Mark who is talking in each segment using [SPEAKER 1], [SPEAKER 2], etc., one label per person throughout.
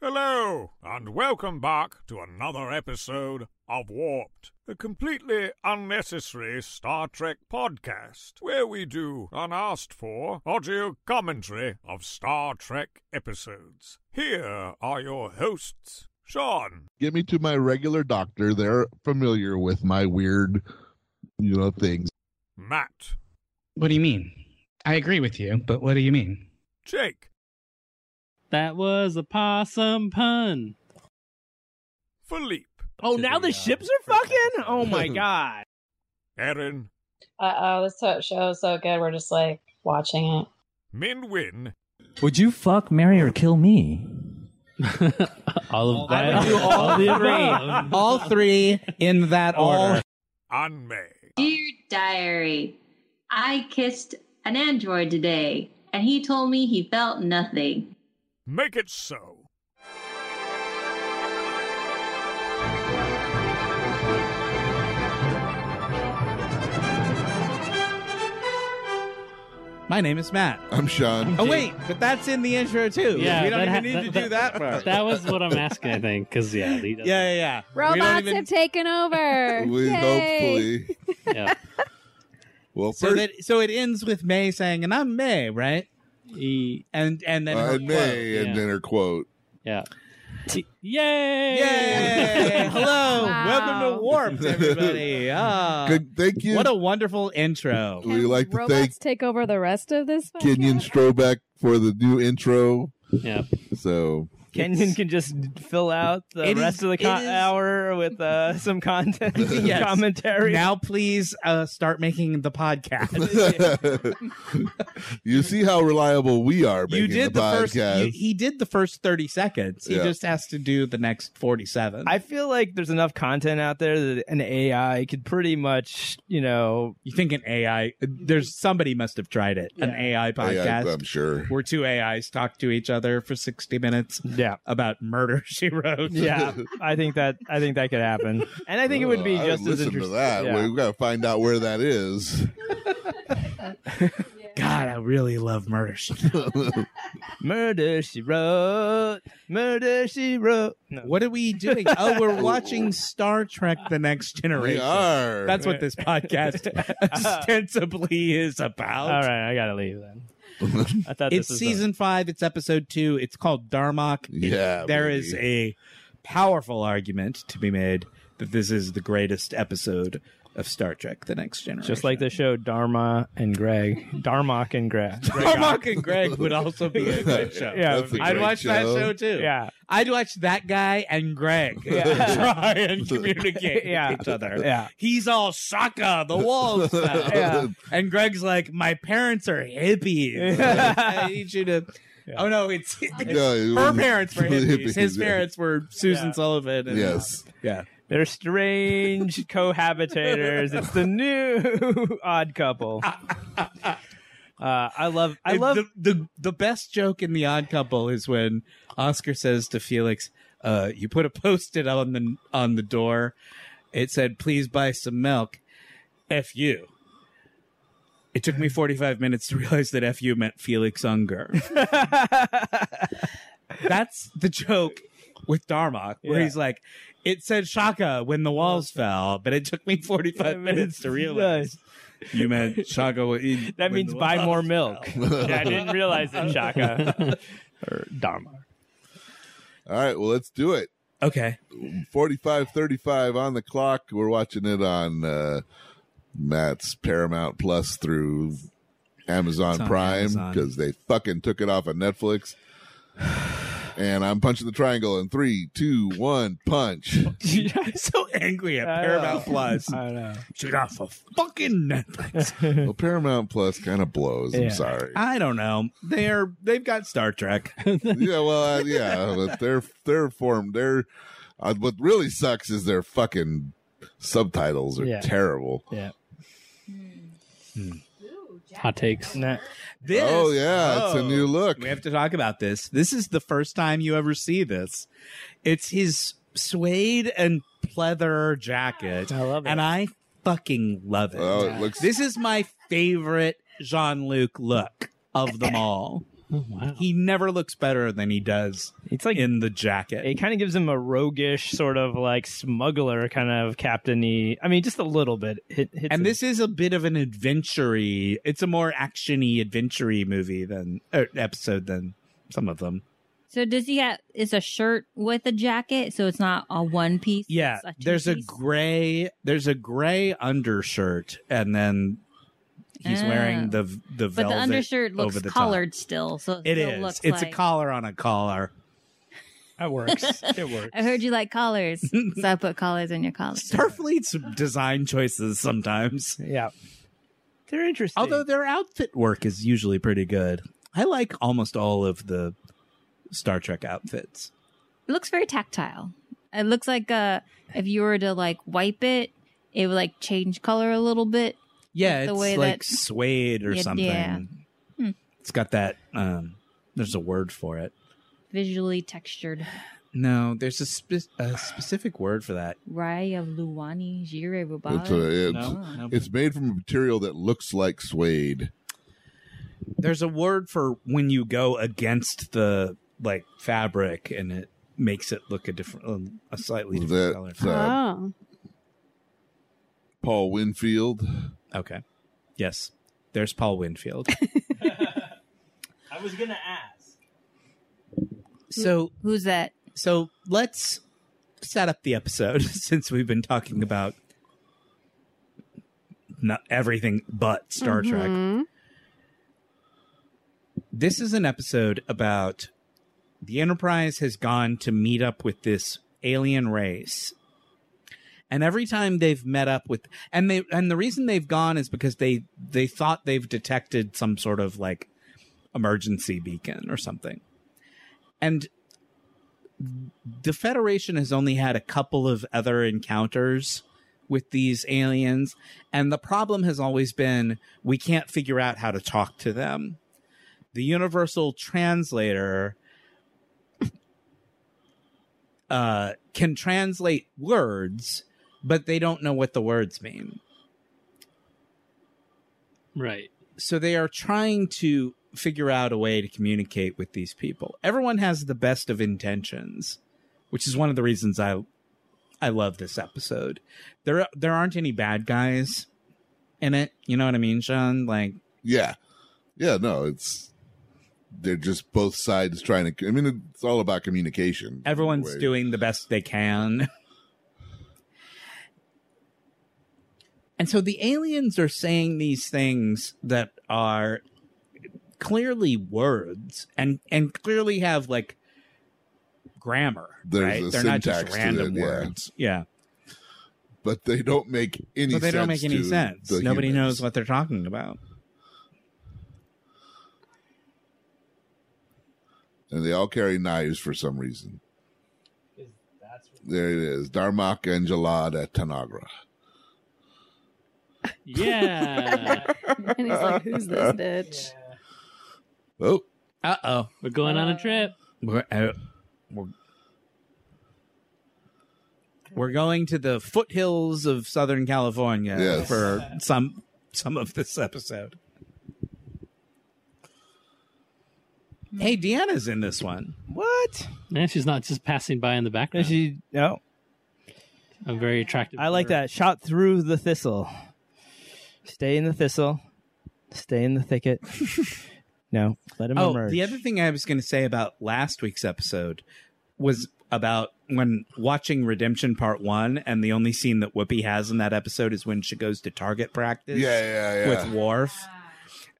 [SPEAKER 1] Hello, and welcome back to another episode of Warped, the completely unnecessary Star Trek podcast, where we do unasked for audio commentary of Star Trek episodes. Here are your hosts, Sean.
[SPEAKER 2] Get me to my regular doctor. They're familiar with my weird, you know, things.
[SPEAKER 1] Matt.
[SPEAKER 3] What do you mean? I agree with you, but what do you mean?
[SPEAKER 1] Jake.
[SPEAKER 4] That was a possum pun.
[SPEAKER 1] Philippe.
[SPEAKER 4] Oh, now the ships are fucking? Oh my god.
[SPEAKER 1] Erin.
[SPEAKER 5] Uh oh, this so- show is so good. We're just like watching it.
[SPEAKER 1] Min Win.
[SPEAKER 6] Would you fuck, marry, or kill me?
[SPEAKER 4] all of
[SPEAKER 6] I would do all three. All three in that order.
[SPEAKER 1] And May.
[SPEAKER 7] Dear diary, I kissed an android today, and he told me he felt nothing.
[SPEAKER 1] Make it so.
[SPEAKER 6] My name is Matt.
[SPEAKER 2] I'm Sean.
[SPEAKER 6] Oh wait, but that's in the intro too.
[SPEAKER 4] Yeah,
[SPEAKER 6] we don't
[SPEAKER 4] that
[SPEAKER 6] even
[SPEAKER 4] ha-
[SPEAKER 6] need to
[SPEAKER 4] that-
[SPEAKER 6] do that part.
[SPEAKER 4] That was what I'm asking, I think, because yeah, he doesn't-
[SPEAKER 6] yeah, yeah, yeah. We don't
[SPEAKER 8] Robots
[SPEAKER 6] even-
[SPEAKER 8] have taken over.
[SPEAKER 2] We
[SPEAKER 8] Yay.
[SPEAKER 2] hopefully.
[SPEAKER 4] yeah.
[SPEAKER 2] Well,
[SPEAKER 6] So
[SPEAKER 2] first,
[SPEAKER 6] that so it ends with May saying, "And I'm May, right?"
[SPEAKER 4] He-
[SPEAKER 6] And and then
[SPEAKER 2] uh,
[SPEAKER 6] her
[SPEAKER 2] and
[SPEAKER 6] quote.
[SPEAKER 2] May, and
[SPEAKER 4] yeah.
[SPEAKER 2] then her quote.
[SPEAKER 4] yeah.
[SPEAKER 6] Yay!
[SPEAKER 4] Yay!
[SPEAKER 6] Hello,
[SPEAKER 8] Wow.
[SPEAKER 6] welcome to Warped, everybody. Ah,
[SPEAKER 2] Good, thank you.
[SPEAKER 6] what a wonderful intro.
[SPEAKER 2] we
[SPEAKER 8] Can
[SPEAKER 2] like to
[SPEAKER 8] robots
[SPEAKER 2] thank
[SPEAKER 8] take over the rest of this.
[SPEAKER 2] Kenyon
[SPEAKER 8] podcast?
[SPEAKER 2] Strobeck for the new intro.
[SPEAKER 4] Yeah.
[SPEAKER 2] So
[SPEAKER 9] Kenyon can just fill out the
[SPEAKER 6] It is-
[SPEAKER 9] rest of the con-
[SPEAKER 6] it is-
[SPEAKER 9] hour with uh, some content,
[SPEAKER 6] Yes.
[SPEAKER 9] commentary.
[SPEAKER 6] Now, please uh, start making the podcast.
[SPEAKER 2] you see how reliable we are.
[SPEAKER 6] you
[SPEAKER 2] making
[SPEAKER 6] did
[SPEAKER 2] the,
[SPEAKER 6] the, first. You,
[SPEAKER 2] podcast.
[SPEAKER 6] he did the first thirty seconds. He
[SPEAKER 2] Yeah.
[SPEAKER 6] just has to do the next forty-seven.
[SPEAKER 9] I feel like there's enough content out there that an AI could pretty much, you know,
[SPEAKER 6] you think an AI? There's somebody must have tried it. An AI
[SPEAKER 2] Yeah,
[SPEAKER 6] podcast
[SPEAKER 2] I'm sure.
[SPEAKER 6] where two AIs talk to each other for sixty minutes
[SPEAKER 9] yeah.
[SPEAKER 6] about murder she wrote.
[SPEAKER 9] Yeah, I think that I think that could happen, and I think it would be
[SPEAKER 2] Oh, I
[SPEAKER 9] just as
[SPEAKER 2] listen
[SPEAKER 9] interesting.
[SPEAKER 2] to that.
[SPEAKER 9] Yeah.
[SPEAKER 2] We've got to find out where that is.
[SPEAKER 6] God, I really love murder she.
[SPEAKER 9] Murder she wrote, murder she wrote. No.
[SPEAKER 6] What are we doing? Oh, we're watching Star Trek: The Next
[SPEAKER 2] we
[SPEAKER 6] Generation.
[SPEAKER 2] are.
[SPEAKER 6] That's what this podcast ostensibly is about.
[SPEAKER 9] All right, I gotta leave then. I thought
[SPEAKER 6] It's
[SPEAKER 9] this was
[SPEAKER 6] season five. It's episode two. It's called Darmok. It-
[SPEAKER 2] Yeah,
[SPEAKER 6] there
[SPEAKER 2] baby.
[SPEAKER 6] is a powerful argument to be made that this is the greatest episode of Star Trek: The Next Generation.
[SPEAKER 9] just like the show Dharma and Greg, Darmok and Greg.
[SPEAKER 6] Darmok and Greg would also be a good show.
[SPEAKER 9] Yeah,
[SPEAKER 2] That's a
[SPEAKER 6] I'd
[SPEAKER 2] great
[SPEAKER 6] watch that show too.
[SPEAKER 9] Yeah,
[SPEAKER 6] I'd watch that guy and Greg
[SPEAKER 9] Yeah.
[SPEAKER 6] try and communicate
[SPEAKER 9] Yeah.
[SPEAKER 6] with each other.
[SPEAKER 9] yeah.
[SPEAKER 6] He's all Shaka, the wolf style.
[SPEAKER 9] Yeah.
[SPEAKER 6] And Greg's like, my parents are hippies.
[SPEAKER 9] Yeah.
[SPEAKER 6] I need you to.
[SPEAKER 9] Yeah.
[SPEAKER 6] Oh no, it's,
[SPEAKER 2] No, it
[SPEAKER 6] her
[SPEAKER 2] was-
[SPEAKER 6] parents were hippies. His
[SPEAKER 2] yeah.
[SPEAKER 6] parents were Susan
[SPEAKER 9] Yeah.
[SPEAKER 6] Sullivan. And,
[SPEAKER 2] Yes.
[SPEAKER 6] yeah.
[SPEAKER 9] They're strange cohabitators. It's the new odd couple. Uh, I love. I
[SPEAKER 6] And
[SPEAKER 9] love.
[SPEAKER 6] the, the the best joke in The Odd Couple is when Oscar says to Felix, uh, "You put a post-it on the on the door. It said, "Please buy some milk." F you. It took me 45 minutes to realize that F you meant Felix Unger. That's the joke with Darmok, where
[SPEAKER 9] Yeah.
[SPEAKER 6] he's like, it said Shaka when the walls fell, but it took me 45 minutes to realize you meant Shaka. when-
[SPEAKER 9] that
[SPEAKER 6] when
[SPEAKER 9] means
[SPEAKER 6] the
[SPEAKER 9] buy
[SPEAKER 6] walls
[SPEAKER 9] more
[SPEAKER 6] fell."
[SPEAKER 9] milk. Yeah, I didn't realize it, Shaka or Dharma.
[SPEAKER 2] All right. Well, let's do it.
[SPEAKER 6] Okay.
[SPEAKER 2] 45 35 on the clock. We're watching it on uh, Matt's Paramount Plus through
[SPEAKER 6] It's
[SPEAKER 2] Amazon
[SPEAKER 6] on
[SPEAKER 2] Prime
[SPEAKER 6] Amazon.
[SPEAKER 2] because they fucking took it off of Netflix. And I'm punching the triangle in three, two, one, punch.
[SPEAKER 6] I'm so angry at
[SPEAKER 9] I know.
[SPEAKER 6] Paramount Plus.
[SPEAKER 9] I know.
[SPEAKER 6] Shoot off of fucking Netflix.
[SPEAKER 2] well, Paramount Plus kind of blows. I'm
[SPEAKER 9] Yeah.
[SPEAKER 2] sorry.
[SPEAKER 6] I don't know. They're they've got Star Trek.
[SPEAKER 2] yeah, well, uh, yeah, but they're they're formed. They're uh, what really sucks is their fucking subtitles are
[SPEAKER 9] Yeah.
[SPEAKER 2] terrible.
[SPEAKER 4] Hot takes.
[SPEAKER 9] Nah.
[SPEAKER 6] This,
[SPEAKER 2] Oh yeah, it's a
[SPEAKER 6] Oh.
[SPEAKER 2] new look.
[SPEAKER 6] We have to talk about this. This is the first time you ever see this. It's his suede and pleather jacket,
[SPEAKER 9] I love it.
[SPEAKER 6] and I fucking love it.
[SPEAKER 2] Oh, it looks
[SPEAKER 6] This is my favorite Jean Luc look of them all.
[SPEAKER 4] Oh, wow.
[SPEAKER 6] He never looks better than he does
[SPEAKER 9] It's like
[SPEAKER 6] in the jacket.
[SPEAKER 9] it kind of gives him a roguish sort of like smuggler kind of captainy. I mean, just a little bit. Hit, hits him.
[SPEAKER 6] and this is a bit of an adventure-y. It's a more action-y, adventure-y movie than or episode than some of them.
[SPEAKER 10] So does he have? It's a shirt with a jacket, so it's not a one piece.
[SPEAKER 6] Yeah,
[SPEAKER 10] it's a
[SPEAKER 6] there's a
[SPEAKER 10] two-piece?
[SPEAKER 6] gray there's a gray undershirt, and then he's
[SPEAKER 10] Ah.
[SPEAKER 6] wearing the v- the
[SPEAKER 10] but
[SPEAKER 6] velvet.
[SPEAKER 10] the undershirt looks
[SPEAKER 6] over the top.
[SPEAKER 10] collared still, so
[SPEAKER 6] It
[SPEAKER 10] still
[SPEAKER 6] is.
[SPEAKER 10] Looks
[SPEAKER 6] it's
[SPEAKER 10] like,
[SPEAKER 6] a collar on a collar.
[SPEAKER 9] that works. It works.
[SPEAKER 10] I heard you like collars, so I put collars in your collars.
[SPEAKER 6] Starfleet's design choices sometimes,
[SPEAKER 9] Yeah, they're interesting.
[SPEAKER 6] although their outfit work is usually pretty good. I like almost all of the Star Trek outfits.
[SPEAKER 10] It looks very tactile. It looks like uh, if you were to like wipe it, it would like change color a little bit.
[SPEAKER 6] Yeah,
[SPEAKER 10] Like the
[SPEAKER 6] it's
[SPEAKER 10] way
[SPEAKER 6] like
[SPEAKER 10] that-
[SPEAKER 6] suede or
[SPEAKER 10] Yeah,
[SPEAKER 6] something.
[SPEAKER 10] yeah. Hmm.
[SPEAKER 6] It's got that. um There's a word for it.
[SPEAKER 10] Visually textured.
[SPEAKER 6] No, there's a, spe- a specific word for that.
[SPEAKER 10] Rai of Luwani Jire
[SPEAKER 2] That's what
[SPEAKER 10] Rubal.
[SPEAKER 2] it- it's,
[SPEAKER 6] No, no.
[SPEAKER 2] it's made from a material that looks like suede.
[SPEAKER 6] There's a word for when you go against the like fabric and it makes it look a different, um, a slightly
[SPEAKER 2] That-
[SPEAKER 6] different color.
[SPEAKER 2] that-
[SPEAKER 8] Oh.
[SPEAKER 2] Paul Winfield.
[SPEAKER 6] Okay. Yes. There's Paul Winfield.
[SPEAKER 9] I was gonna ask.
[SPEAKER 6] so
[SPEAKER 10] Who's that?
[SPEAKER 6] so let's set up the episode since we've been talking about not everything but Star
[SPEAKER 10] Mm-hmm.
[SPEAKER 6] Trek.
[SPEAKER 8] Mhm.
[SPEAKER 6] This is an episode about the Enterprise has gone to meet up with this alien race. And every time they've met up with and they and the reason they've gone is because they they thought they've detected some sort of like emergency beacon or something. And the Federation has only had a couple of other encounters with these aliens and the problem has always been we can't figure out how to talk to them. The universal translator uh, can translate words, but they don't know what the words mean.
[SPEAKER 4] Right.
[SPEAKER 6] So they are trying to figure out a way to communicate with these people. Everyone has the best of intentions, which is one of the reasons I I love this episode. There there aren't any bad guys in it. You know what I mean, Sean? Like
[SPEAKER 2] Yeah, yeah. No, it's they're just both sides trying to. I mean, it's all about communication.
[SPEAKER 6] everyone's
[SPEAKER 2] Anyway.
[SPEAKER 6] doing the best they can. And so the aliens are saying these things that are clearly words and and clearly have like grammar.
[SPEAKER 2] There's
[SPEAKER 6] right?
[SPEAKER 2] a
[SPEAKER 6] They're not
[SPEAKER 2] syntax
[SPEAKER 6] just
[SPEAKER 2] to
[SPEAKER 6] random
[SPEAKER 2] it, yeah.
[SPEAKER 6] words. Yeah.
[SPEAKER 2] but they don't make any.
[SPEAKER 6] But they
[SPEAKER 2] sense
[SPEAKER 6] don't make any
[SPEAKER 2] to
[SPEAKER 6] sense.
[SPEAKER 2] the
[SPEAKER 6] Nobody
[SPEAKER 2] humans.
[SPEAKER 6] knows what they're talking about.
[SPEAKER 2] and they all carry knives for some reason.
[SPEAKER 9] That's what
[SPEAKER 2] There it is, Darmok Angelada Tanagra.
[SPEAKER 4] Yeah.
[SPEAKER 8] And he's like, who's this bitch?
[SPEAKER 2] Oh,
[SPEAKER 6] Uh oh.
[SPEAKER 4] We're going on a trip.
[SPEAKER 6] We're, uh, we're, we're going to the foothills of Southern California
[SPEAKER 2] Yes.
[SPEAKER 6] for some some of this episode. Hey, Deanna's in this one.
[SPEAKER 9] What?
[SPEAKER 4] And she's not just passing by in the background.
[SPEAKER 9] Is she? No,
[SPEAKER 4] a very attractive.
[SPEAKER 9] I like
[SPEAKER 4] bird.
[SPEAKER 9] that. Shot through the thistle. Stay in the thistle. Stay in the thicket. no, let him
[SPEAKER 6] Oh,
[SPEAKER 9] emerge.
[SPEAKER 6] the other thing I was going to say about last week's episode was about when watching Redemption Part One, and the only scene that Whoopi has in that episode is when she goes to target practice.
[SPEAKER 2] yeah, yeah, yeah.
[SPEAKER 6] with Worf.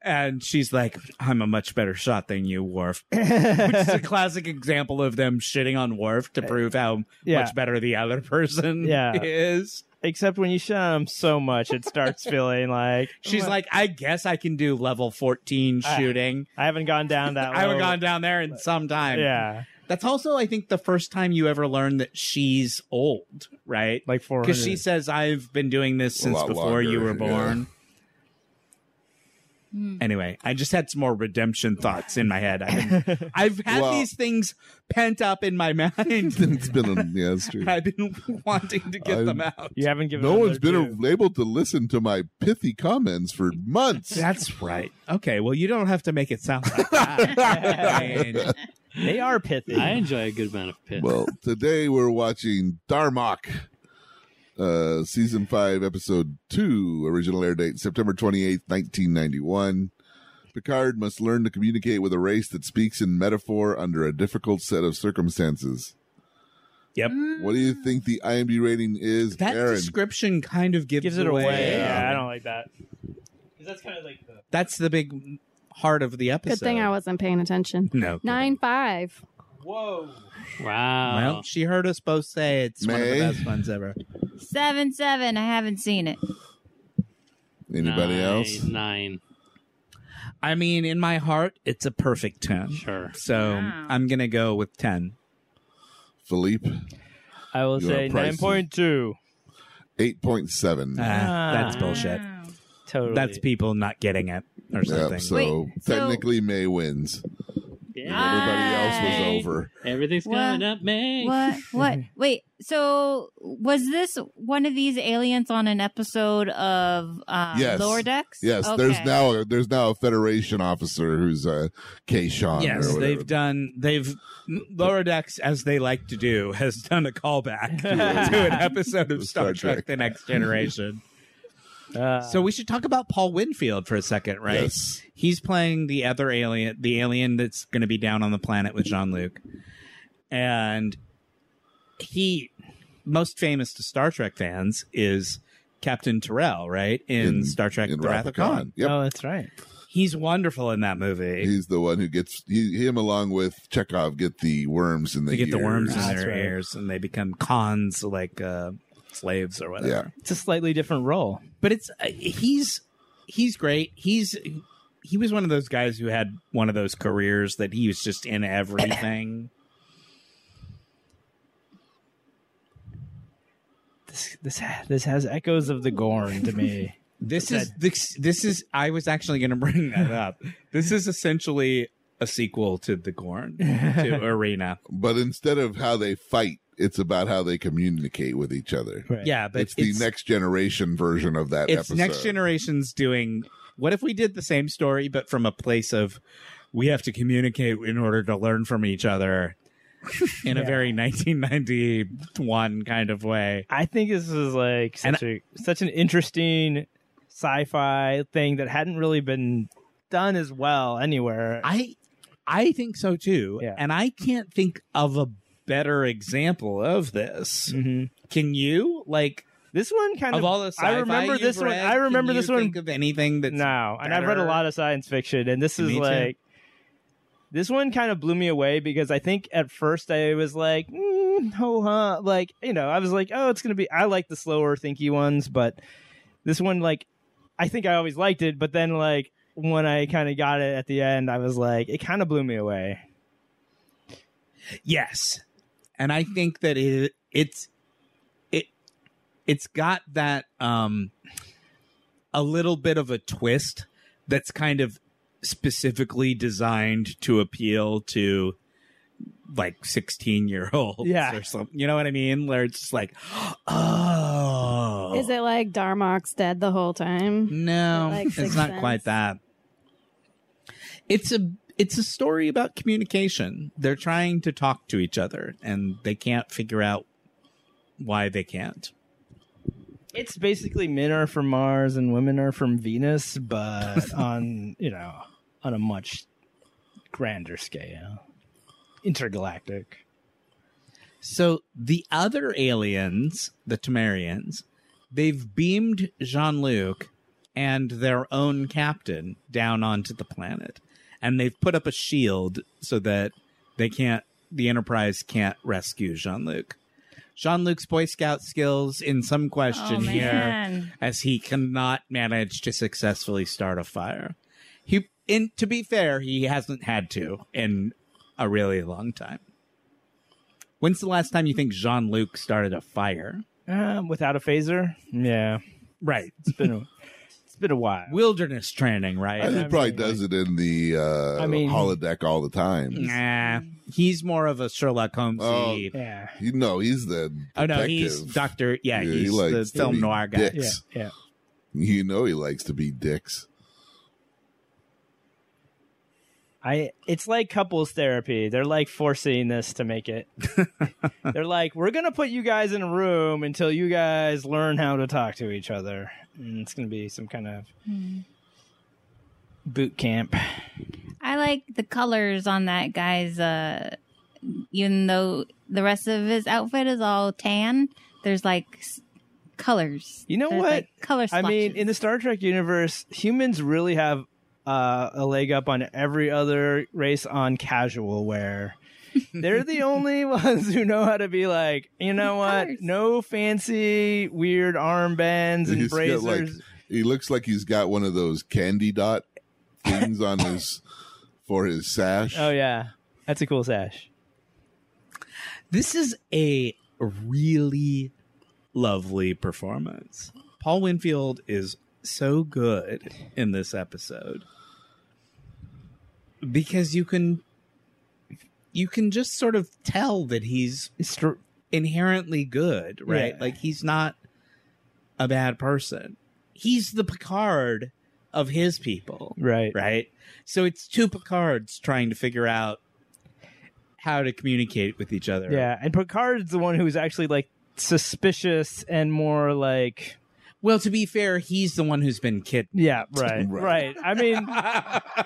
[SPEAKER 6] And she's like, I'm a much better shot than you, Worf. Which is a classic example of them shitting on Worf to prove how
[SPEAKER 9] yeah.
[SPEAKER 6] much better the other person
[SPEAKER 9] Yeah.
[SPEAKER 6] is.
[SPEAKER 9] Except when you shut him so much, it starts feeling like
[SPEAKER 6] She's like, I guess I can do level 14
[SPEAKER 9] Ah,
[SPEAKER 6] shooting.
[SPEAKER 9] I haven't gone down that.
[SPEAKER 6] I haven't
[SPEAKER 9] low.
[SPEAKER 6] gone down there in some time.
[SPEAKER 9] Yeah,
[SPEAKER 6] That's also, I think, the first time you ever learn that she's old, right?
[SPEAKER 9] like four.
[SPEAKER 6] Because she says, I've been doing this
[SPEAKER 2] A
[SPEAKER 6] since
[SPEAKER 2] lot
[SPEAKER 6] before you were
[SPEAKER 2] longer, yeah.
[SPEAKER 6] born.
[SPEAKER 10] Hmm.
[SPEAKER 6] Anyway, I just had some more redemption thoughts in my head. I've, been, I've had
[SPEAKER 2] Well-
[SPEAKER 6] these things pent up in my mind.
[SPEAKER 2] it's been a, yeah, it's true.
[SPEAKER 6] I've been wanting to get
[SPEAKER 2] I-
[SPEAKER 6] them out.
[SPEAKER 9] You haven't given.
[SPEAKER 2] No
[SPEAKER 9] another
[SPEAKER 2] one's been
[SPEAKER 9] due.
[SPEAKER 2] able to listen to my pithy comments for months.
[SPEAKER 6] That's right. Okay, well, you don't have to make it sound like that.
[SPEAKER 9] They are pithy.
[SPEAKER 4] I enjoy a good amount of pit.
[SPEAKER 2] well, today we're watching Darmok, uh, season five, episode two, original air date September 28th, 1991. Picard must learn to communicate with a race that speaks in metaphor under a difficult set of circumstances.
[SPEAKER 6] Yep.
[SPEAKER 2] What do you think the IMDb rating is,
[SPEAKER 6] that
[SPEAKER 2] Aaron?
[SPEAKER 6] description kind of gives,
[SPEAKER 9] gives it away.
[SPEAKER 2] Yeah.
[SPEAKER 9] Yeah, I don't like that. Because that's kind of like the.
[SPEAKER 6] That's the big heart of the episode.
[SPEAKER 8] Good thing I wasn't paying attention.
[SPEAKER 6] No.
[SPEAKER 8] Nine five.
[SPEAKER 9] Whoa.
[SPEAKER 4] Wow.
[SPEAKER 6] Well, she heard us both say it's one of the
[SPEAKER 2] May?
[SPEAKER 6] best ones ever.
[SPEAKER 10] Seven seven. I haven't seen it.
[SPEAKER 2] Anybody
[SPEAKER 4] Nine-
[SPEAKER 2] else?
[SPEAKER 4] Nine.
[SPEAKER 6] I mean, in my heart, it's a perfect 10.
[SPEAKER 4] Sure.
[SPEAKER 6] So
[SPEAKER 10] Wow.
[SPEAKER 6] I'm going to go with 10.
[SPEAKER 2] Philippe,
[SPEAKER 9] I will
[SPEAKER 2] You
[SPEAKER 9] say
[SPEAKER 2] are pricey.
[SPEAKER 9] nine point two.
[SPEAKER 2] 8.7.
[SPEAKER 6] Ah, that's
[SPEAKER 9] Ah.
[SPEAKER 6] bullshit.
[SPEAKER 10] Wow.
[SPEAKER 9] Totally.
[SPEAKER 6] That's people not getting it or something.
[SPEAKER 2] Yep, so
[SPEAKER 10] Wait, so-
[SPEAKER 2] technically May wins.
[SPEAKER 4] Yeah.
[SPEAKER 2] Everybody else
[SPEAKER 4] Yay.
[SPEAKER 2] was over.
[SPEAKER 4] Everything's
[SPEAKER 10] What?
[SPEAKER 4] coming up, man.
[SPEAKER 10] What? What? Wait. So was this one of these aliens on an episode of uh,
[SPEAKER 2] Yes.
[SPEAKER 10] Lower Decks?
[SPEAKER 2] Yes,
[SPEAKER 10] Okay.
[SPEAKER 2] there's now a, there's now a Federation officer who's uh, K. Sean.
[SPEAKER 6] Yes,
[SPEAKER 2] or whatever.
[SPEAKER 6] they've done. They've Lower Decks, as they like to do, has done a callback to an episode of Star,
[SPEAKER 2] Star
[SPEAKER 6] Trek:
[SPEAKER 2] Trek.
[SPEAKER 6] The Next Generation.
[SPEAKER 9] Uh,
[SPEAKER 6] so we should talk about Paul Winfield for a second, right?
[SPEAKER 2] Yes.
[SPEAKER 6] He's playing the other alien, the alien that's going to be down on the planet with Jean Luc, and he most famous to Star Trek fans is Captain Terrell, right? In,
[SPEAKER 2] In-
[SPEAKER 6] Star Trek:
[SPEAKER 2] in
[SPEAKER 6] The Wrath of Khan.
[SPEAKER 2] Rathacon. Yep.
[SPEAKER 9] Oh, that's right.
[SPEAKER 6] He's wonderful in that movie.
[SPEAKER 2] He's the one who gets he, him along with Chekhov get the worms in the
[SPEAKER 6] they get the worms in
[SPEAKER 2] ears.
[SPEAKER 9] That's
[SPEAKER 6] their
[SPEAKER 9] right.
[SPEAKER 6] ears and they become cons like uh, slaves or whatever.
[SPEAKER 2] Yeah.
[SPEAKER 9] It's a slightly different role.
[SPEAKER 6] But it's uh, he's he's great. He's he was one of those guys who had one of those careers that he was just in everything.
[SPEAKER 9] This this ha- this has echoes of the Gorn to me.
[SPEAKER 6] This is this this is I was actually going to bring that up. This is essentially a sequel to the Gorn to Arena.
[SPEAKER 2] But instead of how they fight, it's about how they communicate with each other.
[SPEAKER 9] Right.
[SPEAKER 6] Yeah, but
[SPEAKER 2] it's, the next generation version of that
[SPEAKER 6] it's
[SPEAKER 2] episode.
[SPEAKER 6] next generation's doing what if we did the same story but from a place of we have to communicate in order to learn from each other in a
[SPEAKER 9] Yeah.
[SPEAKER 6] very 1991 kind of way
[SPEAKER 9] I think this is like such a such an interesting sci-fi thing that hadn't really been done as well anywhere.
[SPEAKER 6] i i think so too
[SPEAKER 9] Yeah.
[SPEAKER 6] and i can't think of a better example of this
[SPEAKER 9] Mhm.
[SPEAKER 6] can you like
[SPEAKER 9] This one kind
[SPEAKER 6] of,
[SPEAKER 9] of,
[SPEAKER 6] all the
[SPEAKER 9] I remember
[SPEAKER 6] sci-fi
[SPEAKER 9] this
[SPEAKER 6] you've
[SPEAKER 9] one-
[SPEAKER 6] read,
[SPEAKER 9] I
[SPEAKER 6] can
[SPEAKER 9] remember
[SPEAKER 6] you
[SPEAKER 9] this one-
[SPEAKER 6] think of anything that's
[SPEAKER 9] no, and I've read a
[SPEAKER 6] better?
[SPEAKER 9] lot of science fiction, and this
[SPEAKER 6] Me
[SPEAKER 9] is
[SPEAKER 6] too.
[SPEAKER 9] like this one kind of blew me away because I think at first I was like, mm, ho huh, like you know, I was like, oh, it's gonna be. I like the slower, thinky ones, but this one, like, I think I always liked it, but then like when I kind of got it at the end, I was like, it kind of blew me away.
[SPEAKER 6] Yes, and I think that it it's it it's got that um a little bit of a twist that's kind of specifically designed to appeal to like 16 year olds
[SPEAKER 9] Yeah.
[SPEAKER 6] or something you know what i mean where it's just like oh Mm.
[SPEAKER 8] Is it like Darmok's dead the whole time?
[SPEAKER 6] no,
[SPEAKER 8] Like
[SPEAKER 6] it's
[SPEAKER 8] Sixth
[SPEAKER 6] not
[SPEAKER 8] Sense?
[SPEAKER 6] quite that. It's a it's a story about communication. They're trying to talk to each other and they can't figure out why they can't.
[SPEAKER 9] It's basically men are from Mars and women are from Venus, but on you know on a much grander scale, intergalactic.
[SPEAKER 6] So the other aliens, the Temerians, they've beamed Jean-Luc and their own captain down onto the planet and they've put up a shield so that they can't the Enterprise can't rescue Jean-Luc. Jean-Luc's Boy Scout skills in some
[SPEAKER 10] Oh
[SPEAKER 6] question here.
[SPEAKER 10] man.
[SPEAKER 6] as he cannot manage to successfully start a fire. He, in to be fair, he hasn't had to in a really long time. When's the last time you think Jean Luc started a fire?
[SPEAKER 9] Um, without a Uh, phaser, yeah,
[SPEAKER 6] Right.
[SPEAKER 9] it's been a, it's it's been a while.
[SPEAKER 6] Wilderness training, right?
[SPEAKER 2] I think
[SPEAKER 9] I
[SPEAKER 2] he probably
[SPEAKER 9] mean,
[SPEAKER 2] does it in the uh,
[SPEAKER 9] I mean-
[SPEAKER 2] holodeck all the time.
[SPEAKER 6] Uh, Nah, he's more of a Sherlock Holmes.
[SPEAKER 2] Oh,
[SPEAKER 9] Yeah.
[SPEAKER 2] You know, he's the
[SPEAKER 6] oh no,
[SPEAKER 2] detective.
[SPEAKER 6] he's Doctor. Yeah,
[SPEAKER 2] Yeah, he
[SPEAKER 6] he's
[SPEAKER 2] likes
[SPEAKER 6] the
[SPEAKER 2] to
[SPEAKER 6] film
[SPEAKER 2] be
[SPEAKER 6] noir guy.
[SPEAKER 2] dick.
[SPEAKER 9] Yeah.
[SPEAKER 2] Yes.
[SPEAKER 9] Yeah.
[SPEAKER 2] You know, he likes to be dicks.
[SPEAKER 9] I it's like couples therapy. They're like forcing this to make it. They're like, we're gonna put you guys in a room until you guys learn how to talk to each other. And it's gonna be some kind of boot camp.
[SPEAKER 10] I like the colors on that guy's uh even though the rest of his outfit is all tan, there's like s- colors.
[SPEAKER 9] You know
[SPEAKER 10] There's,
[SPEAKER 9] what?
[SPEAKER 10] Like color
[SPEAKER 9] I
[SPEAKER 10] splotches.
[SPEAKER 9] mean, in the Star Trek universe, humans really have uh, a leg up on every other race on casual wear. They're the only ones who know how to be like, you know what?
[SPEAKER 10] Colours.
[SPEAKER 9] No fancy weird armbands and
[SPEAKER 2] He's got,
[SPEAKER 9] bracers.
[SPEAKER 2] like, He looks like he's got one of those candy dot things on his for his sash.
[SPEAKER 9] Oh yeah, that's a cool sash.
[SPEAKER 6] This is a really lovely performance. Paul Winfield is so good in this episode because you can you can just sort of tell that he's inherently good, right?
[SPEAKER 9] Yeah.
[SPEAKER 6] Like he's not a bad person. He's the Picard of his people,
[SPEAKER 9] Right.
[SPEAKER 6] right? So it's two Picards trying to figure out how to communicate with each other.
[SPEAKER 9] Yeah, and Picard's the one who's actually like suspicious and more like
[SPEAKER 6] Well, to be fair, he's the one who's been kidnapped.
[SPEAKER 9] yeah,
[SPEAKER 2] Right.
[SPEAKER 9] right, right. I mean,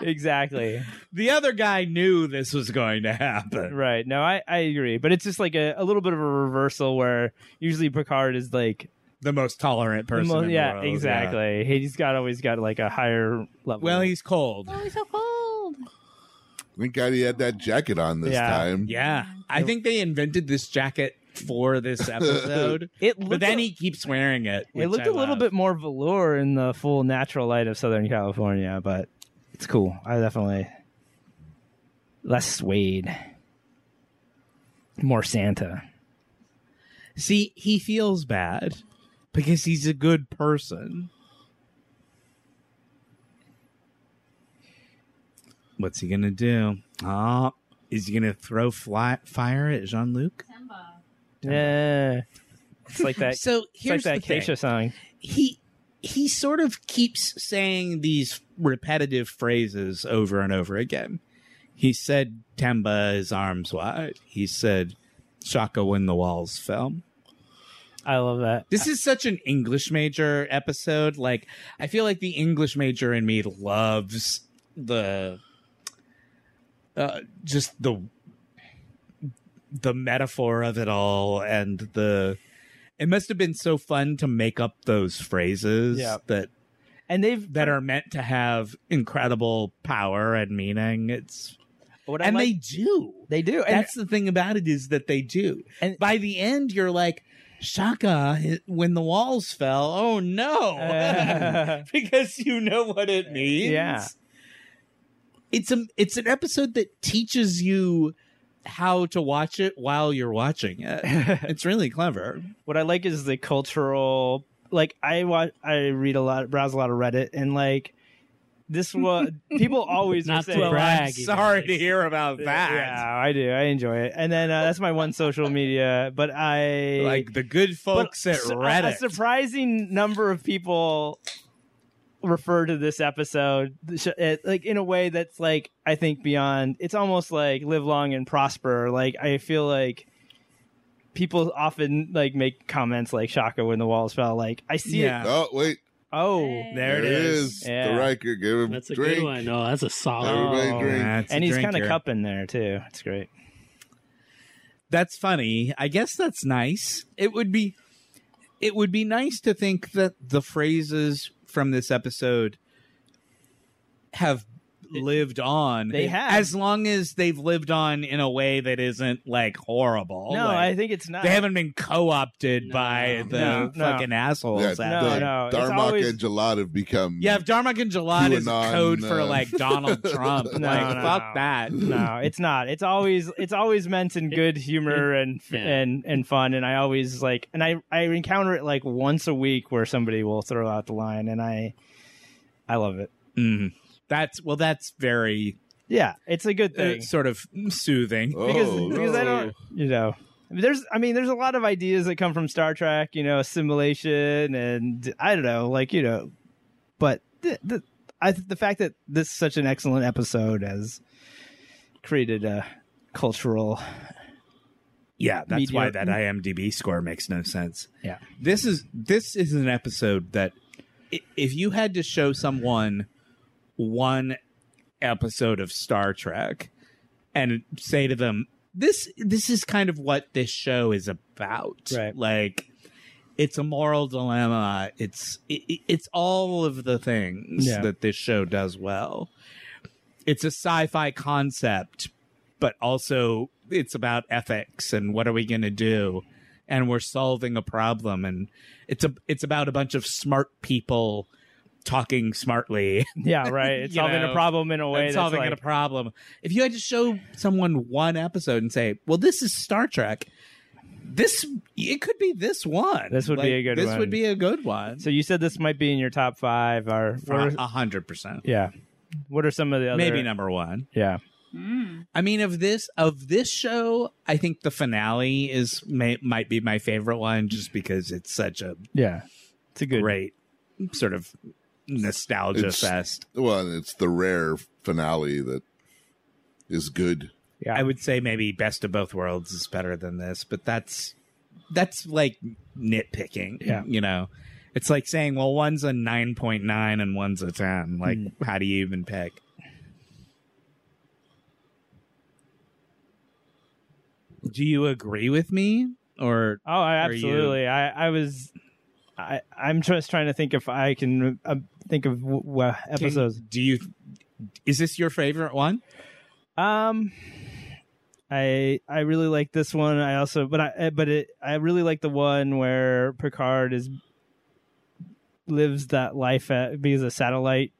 [SPEAKER 9] exactly.
[SPEAKER 6] the other guy knew this was going to happen.
[SPEAKER 9] Right. No, I, I agree. But it's just like a, a little bit of a reversal where usually Picard is like,
[SPEAKER 6] The most tolerant
[SPEAKER 9] the
[SPEAKER 6] person.
[SPEAKER 9] mo-
[SPEAKER 6] in the
[SPEAKER 9] yeah,
[SPEAKER 6] world,
[SPEAKER 9] exactly. He's got always got like a higher level.
[SPEAKER 6] Well, he's cold.
[SPEAKER 10] oh, he's so cold.
[SPEAKER 2] Thank God he had that jacket on this
[SPEAKER 9] Yeah.
[SPEAKER 2] time.
[SPEAKER 6] Yeah, I think they invented this jacket for this episode,
[SPEAKER 9] it looked,
[SPEAKER 6] but then
[SPEAKER 9] a-
[SPEAKER 6] he keeps wearing it.
[SPEAKER 9] it
[SPEAKER 6] which
[SPEAKER 9] looked
[SPEAKER 6] I
[SPEAKER 9] a little
[SPEAKER 6] love.
[SPEAKER 9] bit more velour in the full natural light of Southern California, but it's cool. I definitely less suede, more Santa.
[SPEAKER 6] See, he feels bad because he's a good person. What's he gonna do? Ah, is he gonna throw fly- fire at Jean Luc?
[SPEAKER 9] Yeah, it's like that.
[SPEAKER 6] So
[SPEAKER 9] it's like
[SPEAKER 6] here's
[SPEAKER 9] that
[SPEAKER 6] the thing.
[SPEAKER 9] Keisha song.
[SPEAKER 6] He he sort of keeps saying these repetitive phrases over and over again. He said Temba his arms wide. He said Shaka when the walls fell.
[SPEAKER 9] I love that.
[SPEAKER 6] This is such an English major episode. Like, I feel like the English major in me loves the uh, just the the metaphor of it all and the it must have been so fun to make up those phrases
[SPEAKER 9] Yeah.
[SPEAKER 6] that
[SPEAKER 9] And they've
[SPEAKER 6] that are meant to have incredible power and meaning it's
[SPEAKER 9] what I
[SPEAKER 6] and
[SPEAKER 9] like-
[SPEAKER 6] they do
[SPEAKER 9] they do. And
[SPEAKER 6] that's the thing about it is that they do. And
[SPEAKER 9] And-
[SPEAKER 6] by the end, you're like, Shaka, hi- when the walls fell, oh no.
[SPEAKER 9] Uh.
[SPEAKER 6] because you know what it means.
[SPEAKER 9] Yeah.
[SPEAKER 6] It's a it's an episode that teaches you how to watch it while you're watching it. it's really clever.
[SPEAKER 9] what I like is the cultural. Like I watch, I read a lot, browse a lot of Reddit, and like this was people always were
[SPEAKER 4] Not to
[SPEAKER 9] saying,
[SPEAKER 4] brag.
[SPEAKER 6] I'm
[SPEAKER 4] you
[SPEAKER 6] sorry
[SPEAKER 4] guys.
[SPEAKER 6] to hear about that.
[SPEAKER 9] Yeah, I do. I enjoy it, and then uh, that's my one social media. But I
[SPEAKER 6] Like the good
[SPEAKER 9] but
[SPEAKER 6] folks at
[SPEAKER 9] su- a-
[SPEAKER 6] Reddit.
[SPEAKER 9] A surprising number of people refer to this episode sh- it- like in a way that's like I think beyond. It's almost like live long and prosper. Like I feel like people often like make comments like Shaka when the walls fell. Like I see it.
[SPEAKER 6] yeah.
[SPEAKER 2] Oh wait,
[SPEAKER 9] Oh,
[SPEAKER 6] There it is.
[SPEAKER 9] Yeah.
[SPEAKER 2] The Riker give him
[SPEAKER 4] That's
[SPEAKER 2] a
[SPEAKER 4] a
[SPEAKER 2] drink.
[SPEAKER 4] good one. No, that's a solid.
[SPEAKER 2] Everybody
[SPEAKER 9] Oh.
[SPEAKER 2] drink.
[SPEAKER 6] That's a
[SPEAKER 9] and he's kind of
[SPEAKER 6] drinker.
[SPEAKER 9] cupping there too. It's great.
[SPEAKER 6] that's funny. I guess that's nice. It would be it would be nice to think that the phrases from this episode have lived on.
[SPEAKER 9] They have.
[SPEAKER 6] as long as they've lived on in a way that isn't like horrible.
[SPEAKER 9] no,
[SPEAKER 6] Like,
[SPEAKER 9] I think it's not.
[SPEAKER 6] they haven't been co-opted by the
[SPEAKER 9] No, no.
[SPEAKER 6] fucking assholes.
[SPEAKER 2] Yeah,
[SPEAKER 6] out
[SPEAKER 9] No,
[SPEAKER 6] there.
[SPEAKER 2] the
[SPEAKER 9] no, it's
[SPEAKER 2] Darmok
[SPEAKER 9] always-
[SPEAKER 2] and Jalad have become.
[SPEAKER 6] Yeah, if Darmok and Jalad is
[SPEAKER 2] QAnon,
[SPEAKER 6] code for
[SPEAKER 2] uh,
[SPEAKER 6] like Donald Trump,
[SPEAKER 9] No,
[SPEAKER 6] like
[SPEAKER 9] no,
[SPEAKER 6] fuck
[SPEAKER 9] no.
[SPEAKER 6] that.
[SPEAKER 9] No, it's not. It's always it's always meant in good humor and
[SPEAKER 4] yeah.
[SPEAKER 9] and and fun. And I always like and I I encounter it like once a week where somebody will throw out the line, and I I love it.
[SPEAKER 6] Mm. That's well, that's very
[SPEAKER 9] Yeah, it's a good
[SPEAKER 6] uh,
[SPEAKER 9] thing
[SPEAKER 6] sort of soothing.
[SPEAKER 2] Oh,
[SPEAKER 9] because
[SPEAKER 2] no.
[SPEAKER 9] because I don't you know. There's, I mean, there's a lot of ideas that come from Star Trek, you know, assimilation, and I don't know, like you know, but the the, I, the fact that this is such an excellent episode has created a cultural
[SPEAKER 6] Yeah, that's
[SPEAKER 9] Media-
[SPEAKER 6] why that IMDb score makes no sense.
[SPEAKER 9] Yeah.
[SPEAKER 6] This is this is an episode that i- if you had to show someone one episode of Star Trek and say to them this this is kind of what this show is about.
[SPEAKER 9] Right.
[SPEAKER 6] Like it's a moral dilemma. It's i i- it's all of the things
[SPEAKER 9] Yeah.
[SPEAKER 6] that this show does well. It's a sci-fi concept, but also it's about ethics and what are we going to do and we're solving a problem and it's a it's about a bunch of smart people talking smartly
[SPEAKER 9] Yeah, right. It's
[SPEAKER 6] You
[SPEAKER 9] solving
[SPEAKER 6] know,
[SPEAKER 9] a problem in a way
[SPEAKER 6] and
[SPEAKER 9] that's
[SPEAKER 6] solving
[SPEAKER 9] like,
[SPEAKER 6] a problem if you had to show someone one episode and say well this is star trek this it could be this one
[SPEAKER 9] This would be a good
[SPEAKER 6] this
[SPEAKER 9] one.
[SPEAKER 6] would be a good one
[SPEAKER 9] So you said this might be in your top five, or
[SPEAKER 6] For
[SPEAKER 9] what are-
[SPEAKER 6] a hundred percent
[SPEAKER 9] yeah. What are some of the other?
[SPEAKER 6] maybe number one
[SPEAKER 9] Yeah,
[SPEAKER 10] Mm.
[SPEAKER 6] I mean, of this of this show, I think the finale is may, might be my favorite one, just because it's such a
[SPEAKER 9] yeah. It's a good.
[SPEAKER 6] great sort of nostalgia
[SPEAKER 2] It's-
[SPEAKER 6] fest.
[SPEAKER 2] oh. Well, and it's the rare finale that is good.
[SPEAKER 9] Yeah,
[SPEAKER 6] I would say maybe Best of Both Worlds is better than this, but that's that's like nitpicking.
[SPEAKER 9] Yeah.
[SPEAKER 6] you know, it's like saying, well, one's a nine point nine and one's a ten. Like,
[SPEAKER 9] Hmm.
[SPEAKER 6] how do you even pick? Do you agree with me, or
[SPEAKER 9] Oh, I
[SPEAKER 6] Are you-
[SPEAKER 9] absolutely. I I was. I I'm just trying to think if I can uh, think of w- w-
[SPEAKER 6] Can-
[SPEAKER 9] episodes.
[SPEAKER 6] do you? Is this your favorite one?
[SPEAKER 9] Um, I I really like this one. I also, but I uh, but it I really like the one where Picard is lives that life at because a satellite.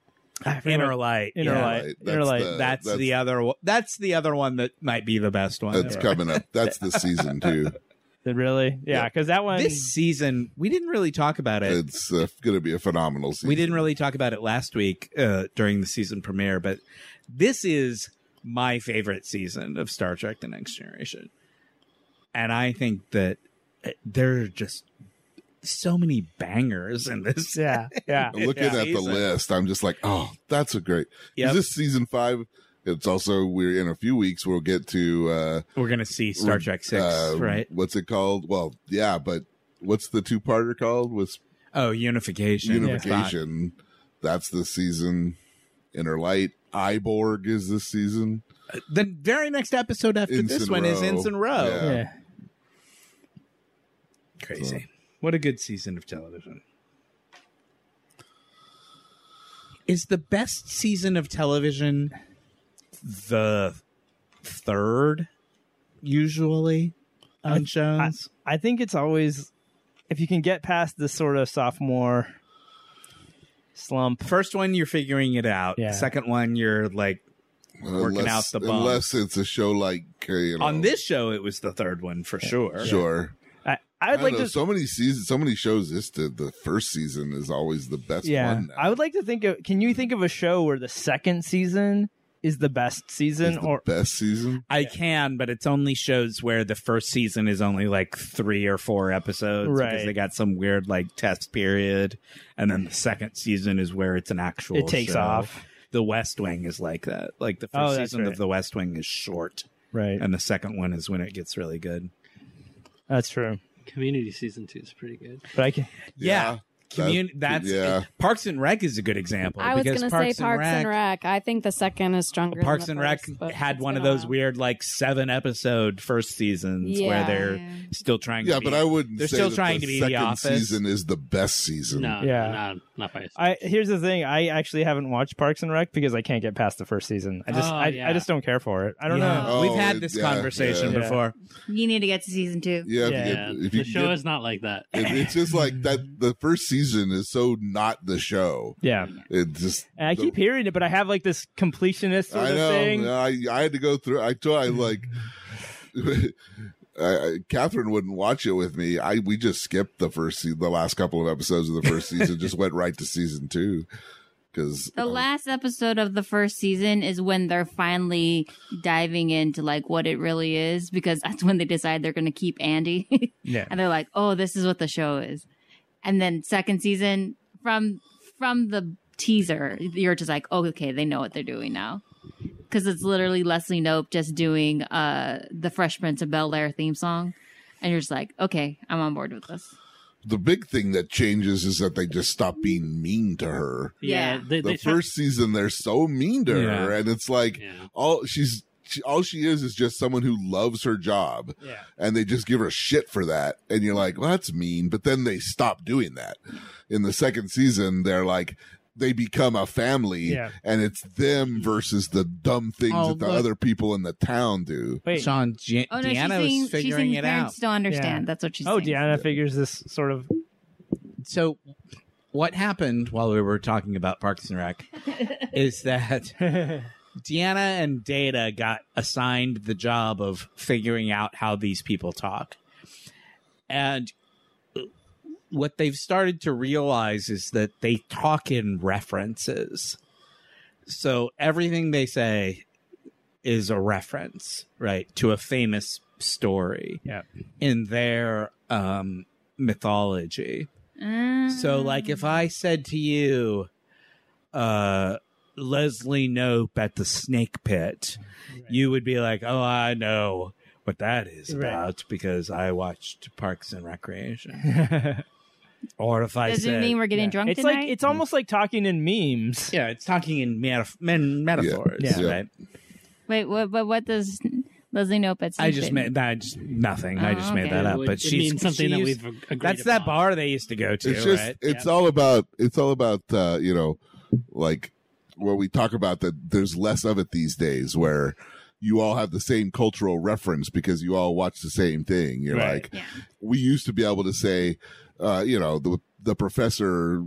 [SPEAKER 9] I forget what-
[SPEAKER 6] Light.
[SPEAKER 9] Inner
[SPEAKER 6] yeah.
[SPEAKER 9] Light.
[SPEAKER 2] Right? Uh, That's the-
[SPEAKER 9] Interlight.
[SPEAKER 6] That's, the other. one. That's the other one that might be the best one.
[SPEAKER 2] that's
[SPEAKER 6] Yeah.
[SPEAKER 2] coming up. That's the season too.
[SPEAKER 9] Really? Yeah,
[SPEAKER 2] Yeah.
[SPEAKER 9] because that one.
[SPEAKER 6] This season, we didn't really talk about it.
[SPEAKER 2] It's uh, going to be a phenomenal season.
[SPEAKER 6] We didn't really talk about it last week uh, during the season premiere, but this is my favorite season of Star Trek: The Next Generation, and I think that uh, there are just so many bangers in this.
[SPEAKER 9] yeah, yeah.
[SPEAKER 2] I'm looking
[SPEAKER 6] Yeah.
[SPEAKER 2] at the
[SPEAKER 6] Season.
[SPEAKER 2] list. I'm just like, oh, that's a great.
[SPEAKER 6] Yep.
[SPEAKER 2] Is this season five? It's also we're in a few weeks. We'll get to uh,
[SPEAKER 6] We're gonna see Star Trek Six,
[SPEAKER 2] uh,
[SPEAKER 6] right?
[SPEAKER 2] What's it called? Well, yeah, but what's the two parter called? With
[SPEAKER 6] Oh, unification.
[SPEAKER 2] unification. That's the season. Inner Light. Iborg is this season.
[SPEAKER 6] The very next episode after this
[SPEAKER 2] Ensign
[SPEAKER 6] one is
[SPEAKER 2] Row.
[SPEAKER 6] Ensign Row.
[SPEAKER 2] Yeah.
[SPEAKER 9] yeah.
[SPEAKER 6] Crazy. What a good season of television. Is the best season of television the third usually on shows?
[SPEAKER 9] I think it's always if you can get past this sort of sophomore slump.
[SPEAKER 6] First one you're figuring it out.
[SPEAKER 9] Yeah.
[SPEAKER 6] Second one you're like Working
[SPEAKER 2] Unless-
[SPEAKER 6] out the bumps.
[SPEAKER 2] Unless it's a show like uh, you know,
[SPEAKER 6] on this show it was the third one for sure.
[SPEAKER 2] Sure.
[SPEAKER 9] I,
[SPEAKER 2] I
[SPEAKER 9] I would
[SPEAKER 2] don't
[SPEAKER 9] like
[SPEAKER 2] know,
[SPEAKER 9] to.
[SPEAKER 2] so many seasons, so many shows. This did the first season is always the best
[SPEAKER 9] yeah,
[SPEAKER 2] one. now.
[SPEAKER 9] I would like to think of. Can you think of a show where the second season is the best
[SPEAKER 2] Is
[SPEAKER 9] season?
[SPEAKER 2] the
[SPEAKER 9] Or
[SPEAKER 2] best season.
[SPEAKER 6] I can, but it's only shows where the first season is only like three or four episodes because
[SPEAKER 9] Right.
[SPEAKER 6] they got some weird like test period, and then the second season is where it's an actual.
[SPEAKER 9] it takes
[SPEAKER 6] show.
[SPEAKER 9] off.
[SPEAKER 6] The West Wing is like that. Like the
[SPEAKER 9] Oh,
[SPEAKER 6] first
[SPEAKER 9] that's
[SPEAKER 6] season
[SPEAKER 9] right.
[SPEAKER 6] of The West Wing is short,
[SPEAKER 9] Right,
[SPEAKER 6] and the second one is when it gets really good.
[SPEAKER 9] that's true.
[SPEAKER 4] Community season two is pretty good.
[SPEAKER 9] But I can.
[SPEAKER 6] Yeah, Commun-
[SPEAKER 2] That-
[SPEAKER 6] that's
[SPEAKER 2] yeah.
[SPEAKER 6] Parks and Rec is a good example.
[SPEAKER 8] I was
[SPEAKER 6] because
[SPEAKER 8] going to say
[SPEAKER 6] Parks
[SPEAKER 8] Parks
[SPEAKER 6] and
[SPEAKER 8] and Rec. I think the second is stronger. than
[SPEAKER 6] Parks
[SPEAKER 8] the
[SPEAKER 6] and Rec
[SPEAKER 8] first, but
[SPEAKER 6] had
[SPEAKER 8] it's
[SPEAKER 6] one of
[SPEAKER 8] been a
[SPEAKER 6] those
[SPEAKER 8] while.
[SPEAKER 6] weird like seven episode first seasons where
[SPEAKER 8] Yeah.
[SPEAKER 6] they're
[SPEAKER 10] Yeah.
[SPEAKER 6] still trying.
[SPEAKER 2] Yeah,
[SPEAKER 6] to be
[SPEAKER 2] but I wouldn't.
[SPEAKER 6] They're
[SPEAKER 2] say
[SPEAKER 6] still
[SPEAKER 2] that
[SPEAKER 6] trying
[SPEAKER 2] the
[SPEAKER 6] to be The
[SPEAKER 2] second
[SPEAKER 6] Office.
[SPEAKER 2] season is the best season.
[SPEAKER 4] No,
[SPEAKER 9] Yeah.
[SPEAKER 4] not Not by. a
[SPEAKER 9] I here's the thing. I actually haven't watched Parks and Rec because I can't get past the first season. I just
[SPEAKER 4] Oh,
[SPEAKER 9] I, I
[SPEAKER 4] yeah.
[SPEAKER 9] just don't care for it. I don't
[SPEAKER 6] Yeah.
[SPEAKER 9] know.
[SPEAKER 2] Oh,
[SPEAKER 6] We've had this
[SPEAKER 2] yeah,
[SPEAKER 6] conversation
[SPEAKER 9] yeah.
[SPEAKER 6] before.
[SPEAKER 10] You need to get to season two.
[SPEAKER 2] Yeah, if you
[SPEAKER 4] yeah,
[SPEAKER 2] get, if you
[SPEAKER 4] the show
[SPEAKER 2] get-
[SPEAKER 4] is not like that.
[SPEAKER 2] it- it's just like that. The first season is so not the show.
[SPEAKER 9] Yeah,
[SPEAKER 2] It just
[SPEAKER 9] and I
[SPEAKER 2] the-
[SPEAKER 9] keep hearing it, but I have like this completionist sort
[SPEAKER 2] I
[SPEAKER 9] of
[SPEAKER 2] know.
[SPEAKER 9] thing.
[SPEAKER 2] I I had to go through. I told I like. I, I- Catherine wouldn't watch it with me. I we just skipped the first se- the last couple of episodes of the first season. just went right to season two uh, because
[SPEAKER 10] The last episode of the first season is when they're finally diving into like what it really is because that's when they decide they're going to keep Andy.
[SPEAKER 9] Yeah.
[SPEAKER 10] and they're like, "Oh, this is what the show is." And then second season from from the teaser, you're just like, oh, "Okay, they know what they're doing now." Cuz it's literally Leslie Nope just doing uh the Fresh Prince of Bel-Air theme song. And you're just like, "Okay, I'm on board with this."
[SPEAKER 2] the big thing that changes is that they just stop being mean to her.
[SPEAKER 4] Yeah,
[SPEAKER 10] Yeah.
[SPEAKER 4] they,
[SPEAKER 2] The
[SPEAKER 4] they try-
[SPEAKER 2] first season they're so mean to her, and it's like
[SPEAKER 4] Yeah.
[SPEAKER 2] all she's she, all she is is just someone who loves her job
[SPEAKER 9] Yeah.
[SPEAKER 2] and they just give her shit for that and you're like well that's mean but then they stop doing that in the second season they're like they become a family
[SPEAKER 9] Yeah.
[SPEAKER 2] and it's them versus the dumb things
[SPEAKER 6] Oh,
[SPEAKER 2] that the
[SPEAKER 6] look.
[SPEAKER 2] other people in the town do
[SPEAKER 9] Wait.
[SPEAKER 6] Sean, G-
[SPEAKER 10] Oh no, she's
[SPEAKER 6] Deanna
[SPEAKER 10] saying,
[SPEAKER 6] was
[SPEAKER 10] she's
[SPEAKER 6] figuring
[SPEAKER 10] saying
[SPEAKER 6] it out.
[SPEAKER 10] parents don't understand.
[SPEAKER 9] Yeah.
[SPEAKER 10] That's what she's
[SPEAKER 9] oh,
[SPEAKER 10] saying.
[SPEAKER 9] Deanna figures this sort of.
[SPEAKER 6] So, what happened while we were talking about Parks and Rec is that Deanna and Data got assigned the job of figuring out how these people talk. And what they've started to realize is that they talk in references. So everything they say is a reference, right, to a famous story
[SPEAKER 9] Yep.
[SPEAKER 6] in their um, mythology.
[SPEAKER 10] Ah.
[SPEAKER 6] So, like, if I said to you, uh, Leslie Nope at the snake pit, you would be like, oh, I know what that is
[SPEAKER 9] Right.
[SPEAKER 6] about because I watched Parks and Recreation. or if I
[SPEAKER 10] does
[SPEAKER 6] said,
[SPEAKER 10] it mean we're getting
[SPEAKER 9] Yeah.
[SPEAKER 10] drunk
[SPEAKER 9] it's
[SPEAKER 10] tonight?
[SPEAKER 9] like it's almost like talking in memes.
[SPEAKER 6] yeah, it's talking in metaf- men- metaphors,
[SPEAKER 9] Yeah.
[SPEAKER 2] Yeah.
[SPEAKER 6] right?
[SPEAKER 10] Wait, what? But what does Leslie Nope at
[SPEAKER 6] I just
[SPEAKER 10] Snake
[SPEAKER 6] made
[SPEAKER 10] Pit-
[SPEAKER 6] that, just nothing. I
[SPEAKER 10] Oh,
[SPEAKER 6] just
[SPEAKER 10] okay.
[SPEAKER 6] made that
[SPEAKER 4] It
[SPEAKER 6] up.
[SPEAKER 4] would-
[SPEAKER 6] But
[SPEAKER 4] it
[SPEAKER 6] she's
[SPEAKER 4] means something that
[SPEAKER 6] she's-
[SPEAKER 4] we've ag- agreed
[SPEAKER 6] That's that
[SPEAKER 4] upon.
[SPEAKER 6] bar they used to go to,
[SPEAKER 2] it's just
[SPEAKER 6] right?
[SPEAKER 2] it's all about it's all about uh you know like what we talk about that there's less of it these days where you all have the same cultural reference because you all watch the same thing you're
[SPEAKER 9] Right.
[SPEAKER 2] like
[SPEAKER 10] Yeah.
[SPEAKER 2] we used to be able to say uh you know the the professor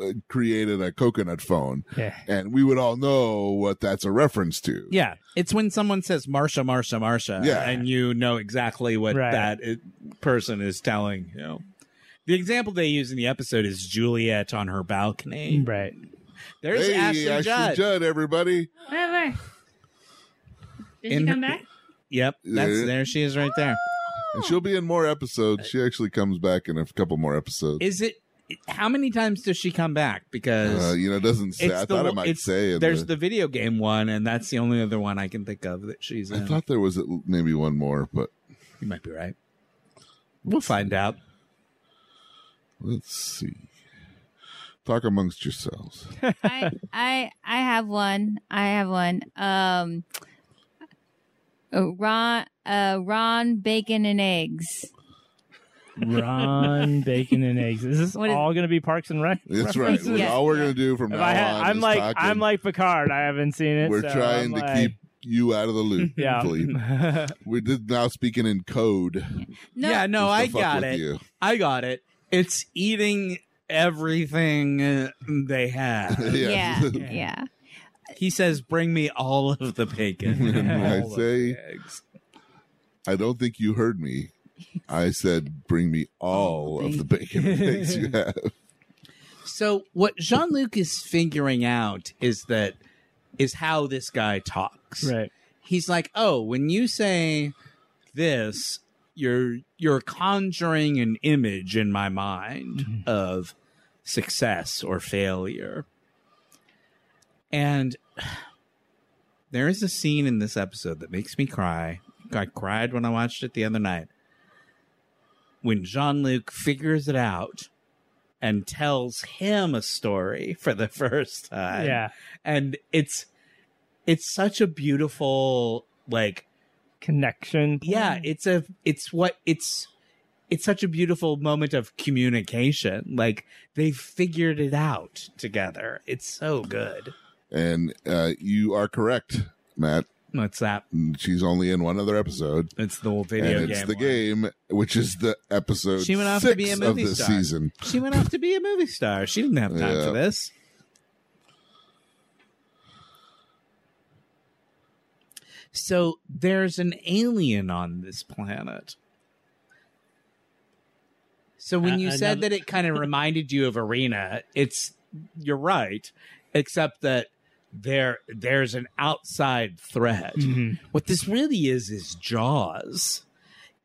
[SPEAKER 2] uh, created a coconut phone
[SPEAKER 9] Yeah.
[SPEAKER 2] and we would all know what that's a reference to
[SPEAKER 6] Yeah, it's when someone says Marsha, Marsha, Marsha,
[SPEAKER 2] Yeah.
[SPEAKER 6] and you know exactly what
[SPEAKER 9] Right.
[SPEAKER 6] that it, person is telling you. The example they use in the episode is Juliet on her balcony.
[SPEAKER 9] Right.
[SPEAKER 6] There's
[SPEAKER 2] hey
[SPEAKER 6] Ashley, Judd.
[SPEAKER 2] everybody
[SPEAKER 10] Wait, wait. Did
[SPEAKER 6] In-
[SPEAKER 10] she come back?
[SPEAKER 6] Yep, that's
[SPEAKER 2] Yeah.
[SPEAKER 6] there. She is right there.
[SPEAKER 2] and she'll be in more episodes she actually comes back in a couple more episodes
[SPEAKER 6] Is it? How many times does she come back? Because
[SPEAKER 2] uh, you know it doesn't say
[SPEAKER 6] it's
[SPEAKER 2] i
[SPEAKER 6] the
[SPEAKER 2] thought it
[SPEAKER 6] one-
[SPEAKER 2] might
[SPEAKER 6] it's-
[SPEAKER 2] say in
[SPEAKER 6] there's
[SPEAKER 2] the-
[SPEAKER 6] the video game one, and that's the only other one I can think of that she's
[SPEAKER 2] I
[SPEAKER 6] in.
[SPEAKER 2] thought there was at l- maybe one more, but
[SPEAKER 6] you might be right. We'll find out.
[SPEAKER 2] let's see. Talk amongst yourselves.
[SPEAKER 10] I, I, I have one. I have one. Um, uh, Ron, uh, Ron, bacon and eggs.
[SPEAKER 9] Ron, bacon, and eggs. Is this
[SPEAKER 10] What is-
[SPEAKER 9] all going to be Parks and Rec?
[SPEAKER 2] That's right.
[SPEAKER 10] References. Yeah,
[SPEAKER 2] All we're
[SPEAKER 10] yeah.
[SPEAKER 2] gonna do from
[SPEAKER 9] If
[SPEAKER 2] now
[SPEAKER 9] I had,
[SPEAKER 2] on
[SPEAKER 9] I'm
[SPEAKER 2] is
[SPEAKER 9] like
[SPEAKER 2] talk
[SPEAKER 9] I'm
[SPEAKER 2] and
[SPEAKER 9] like Picard. I haven't seen it.
[SPEAKER 2] we're
[SPEAKER 9] so
[SPEAKER 2] trying
[SPEAKER 9] I'm
[SPEAKER 2] to
[SPEAKER 9] like-
[SPEAKER 2] keep you out of the loop. Philippe.
[SPEAKER 9] Yeah.
[SPEAKER 2] We're just now speaking in code.
[SPEAKER 10] No,
[SPEAKER 6] yeah, no,
[SPEAKER 2] just to
[SPEAKER 6] I
[SPEAKER 2] fuck
[SPEAKER 6] got
[SPEAKER 2] with
[SPEAKER 6] it.
[SPEAKER 2] you.
[SPEAKER 6] I got it. It's eating everything uh, they have.
[SPEAKER 2] yeah.
[SPEAKER 10] yeah, yeah.
[SPEAKER 6] he says, "Bring me all of the bacon." and
[SPEAKER 2] I
[SPEAKER 6] all of
[SPEAKER 2] say-
[SPEAKER 6] the eggs.
[SPEAKER 2] I don't think you heard me. I said, "Bring me
[SPEAKER 6] Oh,
[SPEAKER 2] all of the bacon and eggs you have."
[SPEAKER 6] So what Jean Luc is figuring out is that is how this guy talks.
[SPEAKER 9] right.
[SPEAKER 6] He's like, "Oh, when you say this, you're you're conjuring an image in my mind of success or failure." And there is a scene in this episode that makes me cry. I cried when I watched it the other night. When Jean Luc figures it out and tells him a story for the first time.
[SPEAKER 9] yeah.
[SPEAKER 6] And it's it's such a beautiful like
[SPEAKER 9] Connection.
[SPEAKER 6] yeah, it's a it's what it's it's such a beautiful moment of communication. Like they figured it out together. It's so good.
[SPEAKER 2] And uh, you are correct, Matt.
[SPEAKER 6] What's that?
[SPEAKER 2] She's only in one other episode.
[SPEAKER 6] It's the old video
[SPEAKER 2] and it's
[SPEAKER 6] game.
[SPEAKER 2] the
[SPEAKER 6] one.
[SPEAKER 2] game, which is the episode
[SPEAKER 6] She went off to
[SPEAKER 2] six
[SPEAKER 6] be a
[SPEAKER 2] of
[SPEAKER 6] movie
[SPEAKER 2] this
[SPEAKER 6] star.
[SPEAKER 2] season.
[SPEAKER 6] She went off to be a movie star. She didn't have time
[SPEAKER 2] Yeah.
[SPEAKER 6] for this. So there's an alien on this planet. So when
[SPEAKER 4] Uh,
[SPEAKER 6] you said
[SPEAKER 4] another-
[SPEAKER 6] that it kind of reminded you of Arena, it's you're right, except that there there's an outside threat.
[SPEAKER 9] Mm-hmm.
[SPEAKER 3] Mhm.
[SPEAKER 6] What this really is is Jaws.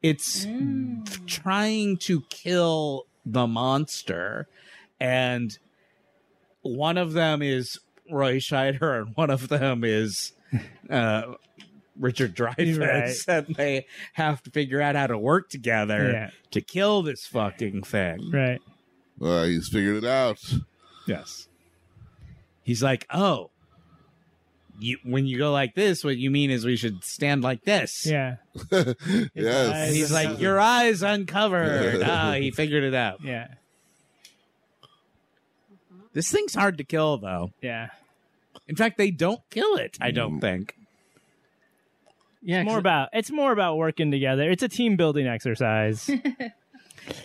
[SPEAKER 6] It's f-
[SPEAKER 9] Mm.
[SPEAKER 6] trying to kill the monster, and one of them is Roy Scheider, and one of them is uh, Richard Dreyfuss, and they have to figure out how to work together
[SPEAKER 9] Yeah.
[SPEAKER 6] to kill this fucking thing.
[SPEAKER 9] Right.
[SPEAKER 2] Uh, he's figured it out.
[SPEAKER 6] Yes. He's like, oh, you when you go like this, what you mean is we should stand like this.
[SPEAKER 9] Yeah.
[SPEAKER 2] yes.
[SPEAKER 6] And he's like, your eyes uncovered. ah, he figured it out.
[SPEAKER 9] Yeah.
[SPEAKER 6] This thing's hard to kill, though.
[SPEAKER 9] Yeah.
[SPEAKER 6] In fact, they don't kill it. I
[SPEAKER 2] Mm.
[SPEAKER 6] don't think.
[SPEAKER 4] Yeah,
[SPEAKER 9] It's more about it's more about working together. It's a team building exercise.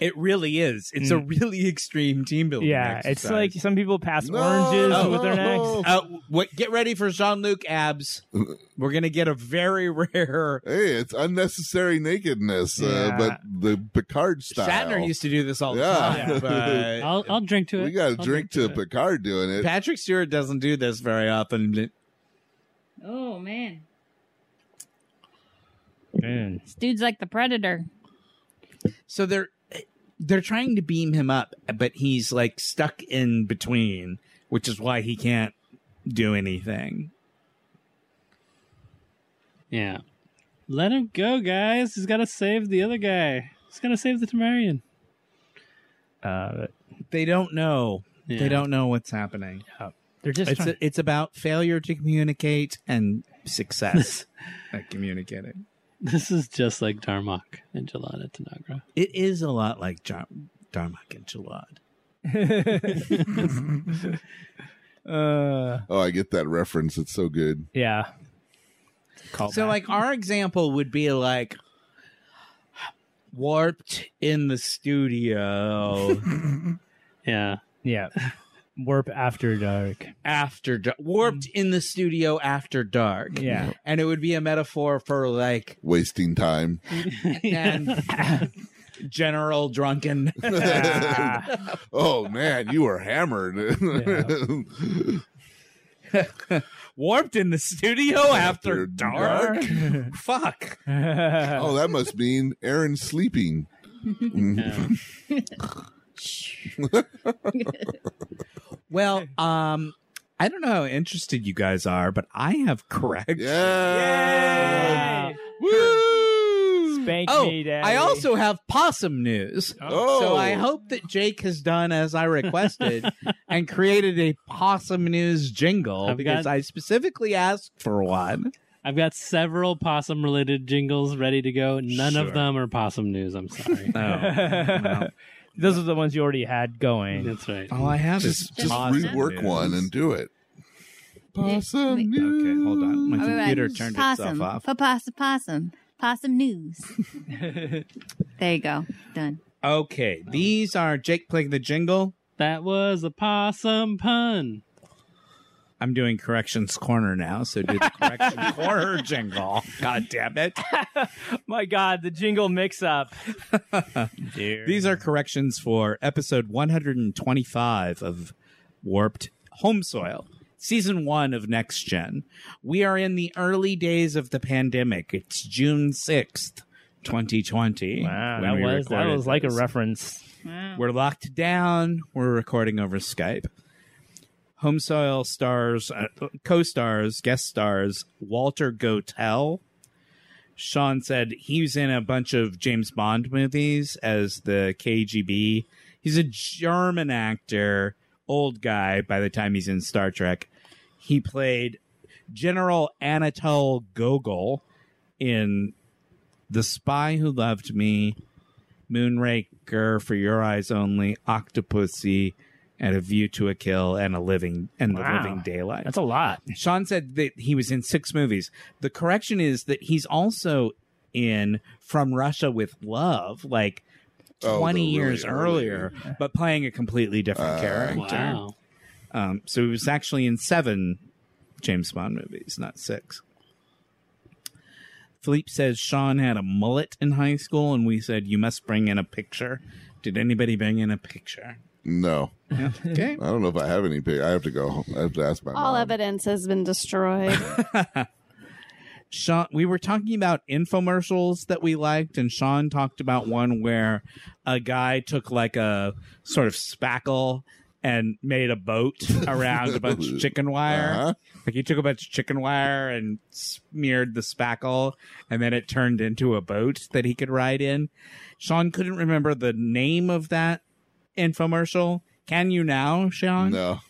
[SPEAKER 6] It really is. It's
[SPEAKER 2] Mm.
[SPEAKER 6] a really extreme team building.
[SPEAKER 9] yeah. It's like
[SPEAKER 6] exercise.
[SPEAKER 9] some people pass
[SPEAKER 2] No!
[SPEAKER 9] oranges with their necks.
[SPEAKER 6] Uh, what, get ready for Jean Luc abs. We're gonna get a very rare.
[SPEAKER 2] Hey, it's unnecessary nakedness, uh,
[SPEAKER 9] Yeah.
[SPEAKER 2] but the Picard style.
[SPEAKER 6] Shatner used to do this all the
[SPEAKER 2] Yeah.
[SPEAKER 6] time. But
[SPEAKER 4] I'll, I'll drink to it.
[SPEAKER 2] we got
[SPEAKER 4] I'll
[SPEAKER 2] to drink to Picard doing it.
[SPEAKER 6] Patrick Stewart doesn't do this very often.
[SPEAKER 10] Oh man,
[SPEAKER 9] Man.
[SPEAKER 10] this dude's like the predator.
[SPEAKER 6] So they're they're trying to beam him up, but he's like stuck in between, which is why he can't do anything.
[SPEAKER 4] Yeah. Let him go, guys. He's got to save the other guy. He's got to save the Temerian.
[SPEAKER 9] Uh,
[SPEAKER 6] They don't know.
[SPEAKER 4] Yeah.
[SPEAKER 6] They don't know what's happening.
[SPEAKER 4] They're just
[SPEAKER 6] It's
[SPEAKER 4] trying-
[SPEAKER 6] it's about failure to communicate and success at communicating.
[SPEAKER 4] this is just like Darmok and Jelana Tanagra.
[SPEAKER 6] It is a lot like Jar- Darmok and Jalad.
[SPEAKER 9] uh,
[SPEAKER 2] Oh, I get that reference. It's so good.
[SPEAKER 9] yeah.
[SPEAKER 6] So, like, our example would be like warped in the studio
[SPEAKER 4] Yeah.
[SPEAKER 9] Yeah. Warp after dark.
[SPEAKER 6] after dar- warped in the studio after dark.
[SPEAKER 9] Mm. Yeah.
[SPEAKER 6] And it would be a metaphor for like
[SPEAKER 2] Wasting time.
[SPEAKER 6] and general drunken.
[SPEAKER 2] oh man, you were hammered.
[SPEAKER 6] warped in the studio after,
[SPEAKER 2] After
[SPEAKER 6] dark. Fuck.
[SPEAKER 2] oh, that must mean Aaron's sleeping. Mm-hmm.
[SPEAKER 6] Well, um, I don't know how interested you guys are, but I have correct.
[SPEAKER 2] Yeah.
[SPEAKER 9] Wow.
[SPEAKER 2] Woo!
[SPEAKER 9] Spank
[SPEAKER 6] Oh,
[SPEAKER 9] me, Daddy.
[SPEAKER 6] I also have possum news.
[SPEAKER 2] Oh.
[SPEAKER 6] So I hope that Jake has done as I requested and created a possum news jingle
[SPEAKER 4] I've
[SPEAKER 6] because
[SPEAKER 4] got-
[SPEAKER 6] I specifically asked for one.
[SPEAKER 4] I've got several possum related jingles ready to go. None
[SPEAKER 6] Sure.
[SPEAKER 4] of them are possum news. I'm sorry.
[SPEAKER 6] Oh, well.
[SPEAKER 9] Those are the ones you already had going.
[SPEAKER 4] That's right.
[SPEAKER 6] All I have
[SPEAKER 2] Just,
[SPEAKER 6] is
[SPEAKER 2] just
[SPEAKER 6] possum
[SPEAKER 2] rework
[SPEAKER 6] news.
[SPEAKER 2] one and do it. Possum
[SPEAKER 10] wait.
[SPEAKER 6] Okay, hold on. My
[SPEAKER 10] I'll be back.
[SPEAKER 6] computer turned
[SPEAKER 10] uh, possum,
[SPEAKER 6] itself off.
[SPEAKER 10] Pa- Possum, possum, possum news. there you go. Done.
[SPEAKER 6] Okay, these are Jake playing the jingle.
[SPEAKER 4] That was a possum pun.
[SPEAKER 6] I'm doing corrections corner now, so do the correction corner jingle. God damn it.
[SPEAKER 9] My God, the jingle mix up.
[SPEAKER 6] These are corrections for episode 125 of Warped Home Soil, season one of Next Gen. We are in the early days of the pandemic. It's June 6th, 2020.
[SPEAKER 9] Wow,
[SPEAKER 6] when
[SPEAKER 9] that
[SPEAKER 6] we
[SPEAKER 9] was that
[SPEAKER 6] recorded
[SPEAKER 9] was like a
[SPEAKER 6] this.
[SPEAKER 9] reference.
[SPEAKER 6] We're locked down. We're recording over Skype. Home Soil stars, uh, co-stars, guest stars Walter Gotell. Sean said he was in a bunch of James Bond movies as the KGB. He's a German actor, old guy by the time he's in Star Trek. He played General Anatole Gogol in The Spy Who Loved Me, Moonraker, For Your Eyes Only, Octopussy, and A View to a Kill, and A Living and The
[SPEAKER 9] Wow.
[SPEAKER 6] Living Daylight.
[SPEAKER 9] That's a lot.
[SPEAKER 6] Sean said that he was in six movies. The correction is that he's also in From Russia with Love, like
[SPEAKER 2] Oh, the
[SPEAKER 6] 20 years
[SPEAKER 2] really early-
[SPEAKER 6] earlier, but playing a completely different
[SPEAKER 2] Uh,
[SPEAKER 6] character.
[SPEAKER 4] Wow.
[SPEAKER 6] Um, so he was actually in seven James Bond movies, not six. Philippe says Sean had a mullet in high school, and we said you must bring in a picture. Did anybody bring in a picture?
[SPEAKER 2] No,
[SPEAKER 6] Okay.
[SPEAKER 2] I don't know if I have any. Pic- I have to go. home. I have to ask my
[SPEAKER 8] All
[SPEAKER 2] mom.
[SPEAKER 8] evidence has been destroyed.
[SPEAKER 6] Sean, we were talking about infomercials that we liked, and Sean talked about one where a guy took like a sort of spackle and made a boat around a bunch of chicken wire.
[SPEAKER 2] Uh-huh.
[SPEAKER 6] Like he took a bunch of chicken wire and smeared the spackle, and then it turned into a boat that he could ride in. Sean couldn't remember the name of that infomercial. Can you now, Sean?
[SPEAKER 2] No,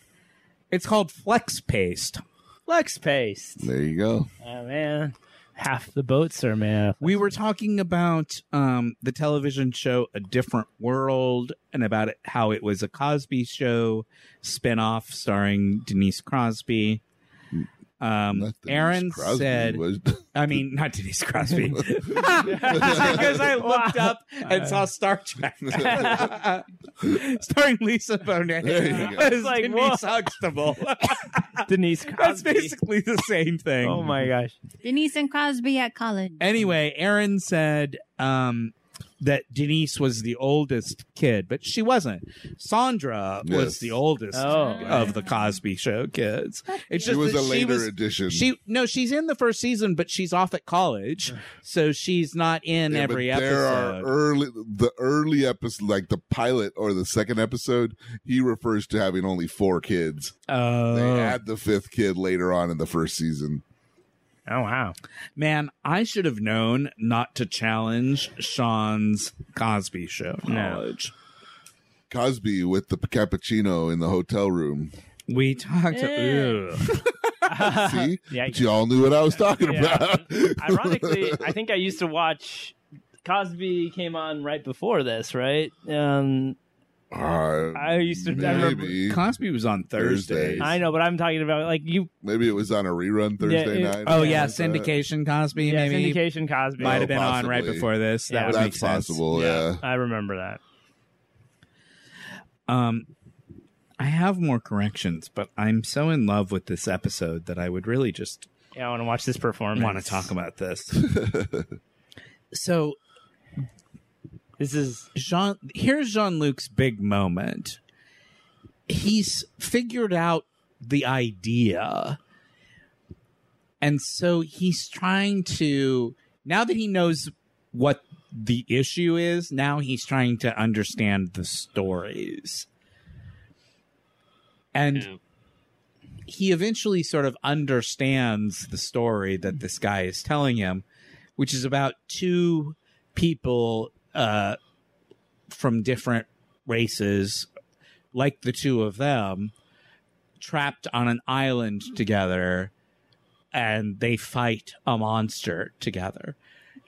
[SPEAKER 6] It's called Flex Paste.
[SPEAKER 9] Flex paste.
[SPEAKER 2] there you go.
[SPEAKER 9] Oh man, half the boats are made. out of-
[SPEAKER 6] We were talking about um, the television show A Different World and about it, how it was a Cosby show spinoff starring Denise Crosby. Um,
[SPEAKER 2] Not that
[SPEAKER 6] Aaron
[SPEAKER 2] Miss Crosby
[SPEAKER 6] said,
[SPEAKER 2] was-
[SPEAKER 6] I mean, not Denise Crosby. because I looked up and saw Star Trek. Starring Lisa Bonet.
[SPEAKER 2] There you go.
[SPEAKER 6] as
[SPEAKER 9] It's like,
[SPEAKER 6] Denise Huxtable.
[SPEAKER 9] Denise
[SPEAKER 6] That's
[SPEAKER 9] Crosby.
[SPEAKER 6] basically the same thing.
[SPEAKER 9] Oh my gosh.
[SPEAKER 10] Denise and Crosby at college.
[SPEAKER 6] Anyway, Aaron said um, that Denise was the oldest kid, but she wasn't. Sandra was
[SPEAKER 2] Yes.
[SPEAKER 6] the oldest
[SPEAKER 9] Oh,
[SPEAKER 6] of the Cosby Show kids. It's
[SPEAKER 2] she
[SPEAKER 6] just
[SPEAKER 2] was
[SPEAKER 6] that
[SPEAKER 2] a later
[SPEAKER 6] she was
[SPEAKER 2] edition.
[SPEAKER 6] she no, she's in the first season, but she's off at college, so she's not in
[SPEAKER 2] Yeah,
[SPEAKER 6] every
[SPEAKER 2] but
[SPEAKER 6] episode.
[SPEAKER 2] There are early the early episode, like the pilot or the second episode. He refers to having only four kids.
[SPEAKER 6] Oh.
[SPEAKER 2] They add the fifth kid later on in the first season.
[SPEAKER 9] Oh wow.
[SPEAKER 6] Man, I should have known not to challenge Sean's Cosby Show
[SPEAKER 9] No.
[SPEAKER 6] knowledge.
[SPEAKER 2] Cosby with the cappuccino in the hotel room.
[SPEAKER 6] We talked.
[SPEAKER 9] Eh.
[SPEAKER 6] Ugh.
[SPEAKER 2] See,
[SPEAKER 9] Yeah.
[SPEAKER 2] but you all knew what I was talking
[SPEAKER 9] Yeah.
[SPEAKER 2] about.
[SPEAKER 9] Ironically, I think I used to watch. Cosby came on right before this, right? Um,
[SPEAKER 2] Uh,
[SPEAKER 9] I used to- I remember-
[SPEAKER 2] maybe
[SPEAKER 6] Cosby was on Thursday.
[SPEAKER 2] Thursday.
[SPEAKER 9] I know, but I'm talking about like you.
[SPEAKER 2] maybe it was on a rerun Thursday
[SPEAKER 9] Yeah, it-
[SPEAKER 2] night. or
[SPEAKER 6] Oh
[SPEAKER 2] something
[SPEAKER 6] yeah,
[SPEAKER 2] like that.
[SPEAKER 6] syndication Cosby
[SPEAKER 9] Yeah,
[SPEAKER 6] maybe
[SPEAKER 9] syndication Cosby.
[SPEAKER 6] might have been on
[SPEAKER 2] Oh, possibly.
[SPEAKER 6] right before this. That
[SPEAKER 9] Yeah.
[SPEAKER 6] would make
[SPEAKER 2] That's
[SPEAKER 6] sense.
[SPEAKER 2] possible. Yeah.
[SPEAKER 9] I remember that.
[SPEAKER 6] Um, I have more corrections, but I'm so in love with this episode that I would really just
[SPEAKER 9] Yeah, I want to watch this performance.
[SPEAKER 6] want to talk about this. so
[SPEAKER 9] This is
[SPEAKER 6] Jean, here's Jean Luc's big moment. He's figured out the idea. And so he's trying to, now that he knows what the issue is, now he's trying to understand the stories. And
[SPEAKER 4] Yeah.
[SPEAKER 6] he eventually sort of understands the story that this guy is telling him, which is about two people uh, from different races, like the two of them, trapped on an island together and they fight a monster together.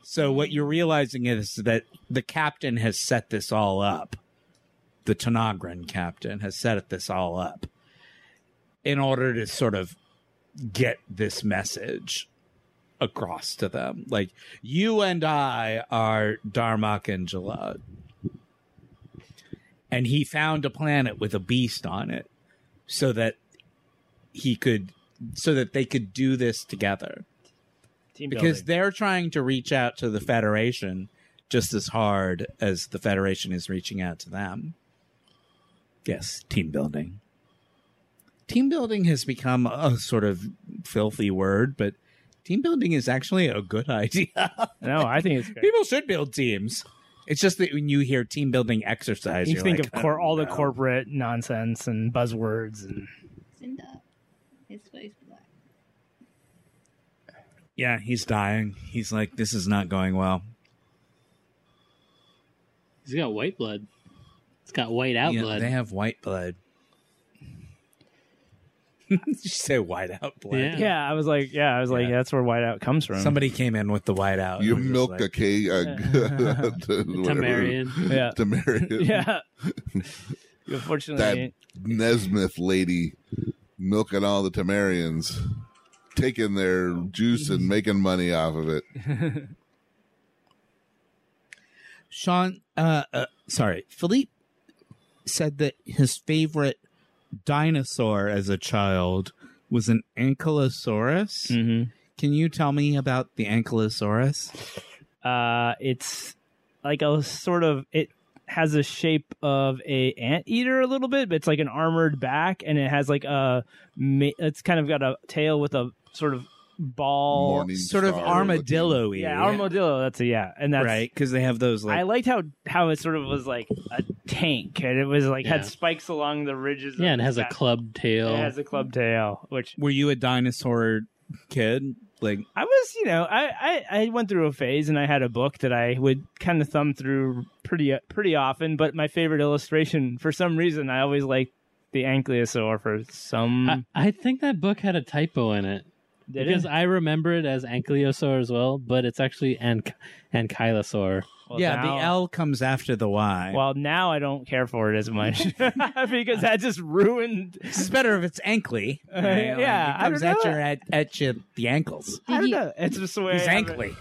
[SPEAKER 6] So, what you're realizing is that the captain has set this all up. The Tanagran captain has set this all up in order to sort of get this message across to them. Like, you and I are Darmok and Jalad. And he found a planet with a beast on it so that he could, so that they could do this together.
[SPEAKER 9] team
[SPEAKER 6] Because
[SPEAKER 9] building.
[SPEAKER 6] they're trying to reach out to the Federation just as hard as the Federation is reaching out to them. Yes, team building. Team building has become a sort of filthy word, but team building is actually a good idea.
[SPEAKER 9] no, I think it's great.
[SPEAKER 6] People should build teams. It's just that when you hear team building exercise,
[SPEAKER 9] You
[SPEAKER 6] you're
[SPEAKER 9] think
[SPEAKER 6] like,
[SPEAKER 9] of cor- all the
[SPEAKER 6] "Oh, no."
[SPEAKER 9] corporate nonsense and buzzwords and
[SPEAKER 10] Cinda. His face black.
[SPEAKER 6] Yeah, he's dying. He's like, this is not going well.
[SPEAKER 4] He's got white blood. It's got white out
[SPEAKER 6] Yeah,
[SPEAKER 4] blood.
[SPEAKER 6] They have white blood. she said whiteout
[SPEAKER 4] Yeah.
[SPEAKER 6] blend.
[SPEAKER 9] Yeah, I was like, yeah, I was like,
[SPEAKER 6] Yeah.
[SPEAKER 9] that's where whiteout comes from.
[SPEAKER 6] Somebody came in with the whiteout.
[SPEAKER 2] you
[SPEAKER 6] and was
[SPEAKER 2] milk a
[SPEAKER 6] like,
[SPEAKER 2] cake. Uh,
[SPEAKER 4] Tamarian.
[SPEAKER 9] Yeah.
[SPEAKER 2] Tamarian.
[SPEAKER 9] yeah. Unfortunately,
[SPEAKER 2] Nesmith lady milking all the Tamarians, taking their juice
[SPEAKER 9] Mm-hmm.
[SPEAKER 2] and making money off of it.
[SPEAKER 6] Sean, uh, uh, sorry, Philippe said that his favorite dinosaur as a child was an ankylosaurus.
[SPEAKER 9] hmm
[SPEAKER 4] Mm-hmm.
[SPEAKER 6] Can you tell me about the ankylosaurus?
[SPEAKER 9] uh, it's like a sort of it has a shape of a anteater a little bit, but it's like an armored back, and it has like a ma- it's kind of got a tail with a sort of ball.
[SPEAKER 2] Morning
[SPEAKER 6] Sort of
[SPEAKER 2] star
[SPEAKER 6] armadillo y.
[SPEAKER 9] Yeah, armadillo. That's a yeah, and that's
[SPEAKER 6] right, because they have those like.
[SPEAKER 9] I liked how how it sort of was like a tank, and it was like
[SPEAKER 4] Yeah.
[SPEAKER 9] had spikes along the ridges.
[SPEAKER 4] Yeah,
[SPEAKER 9] of
[SPEAKER 4] and it has
[SPEAKER 9] the
[SPEAKER 4] a
[SPEAKER 9] back.
[SPEAKER 4] club tail.
[SPEAKER 9] It has a club tail, which
[SPEAKER 6] were you a dinosaur kid? Like,
[SPEAKER 9] I was, you know, I, I, I went through a phase and I had a book that I would kind of thumb through pretty uh, pretty often, but my favorite illustration for some reason I always liked the ankylosaur for some
[SPEAKER 4] I, I think that book had a typo in it
[SPEAKER 9] um, Did it?
[SPEAKER 4] because I remember it as ankylosaur as well, but it's actually ank- ankylosaur.
[SPEAKER 9] Well,
[SPEAKER 6] yeah,
[SPEAKER 9] now-
[SPEAKER 6] the L comes after the Y.
[SPEAKER 9] Well, now I don't care for it as much because that just ruined.
[SPEAKER 6] it's better if it's ankly.
[SPEAKER 9] Uh,
[SPEAKER 6] right? Like,
[SPEAKER 9] yeah,
[SPEAKER 6] it comes
[SPEAKER 9] I don't
[SPEAKER 6] at
[SPEAKER 9] know.
[SPEAKER 6] your at, at your the ankles.
[SPEAKER 9] I don't
[SPEAKER 10] you-
[SPEAKER 9] know. It's just the way
[SPEAKER 6] It's
[SPEAKER 9] I-
[SPEAKER 6] ankly.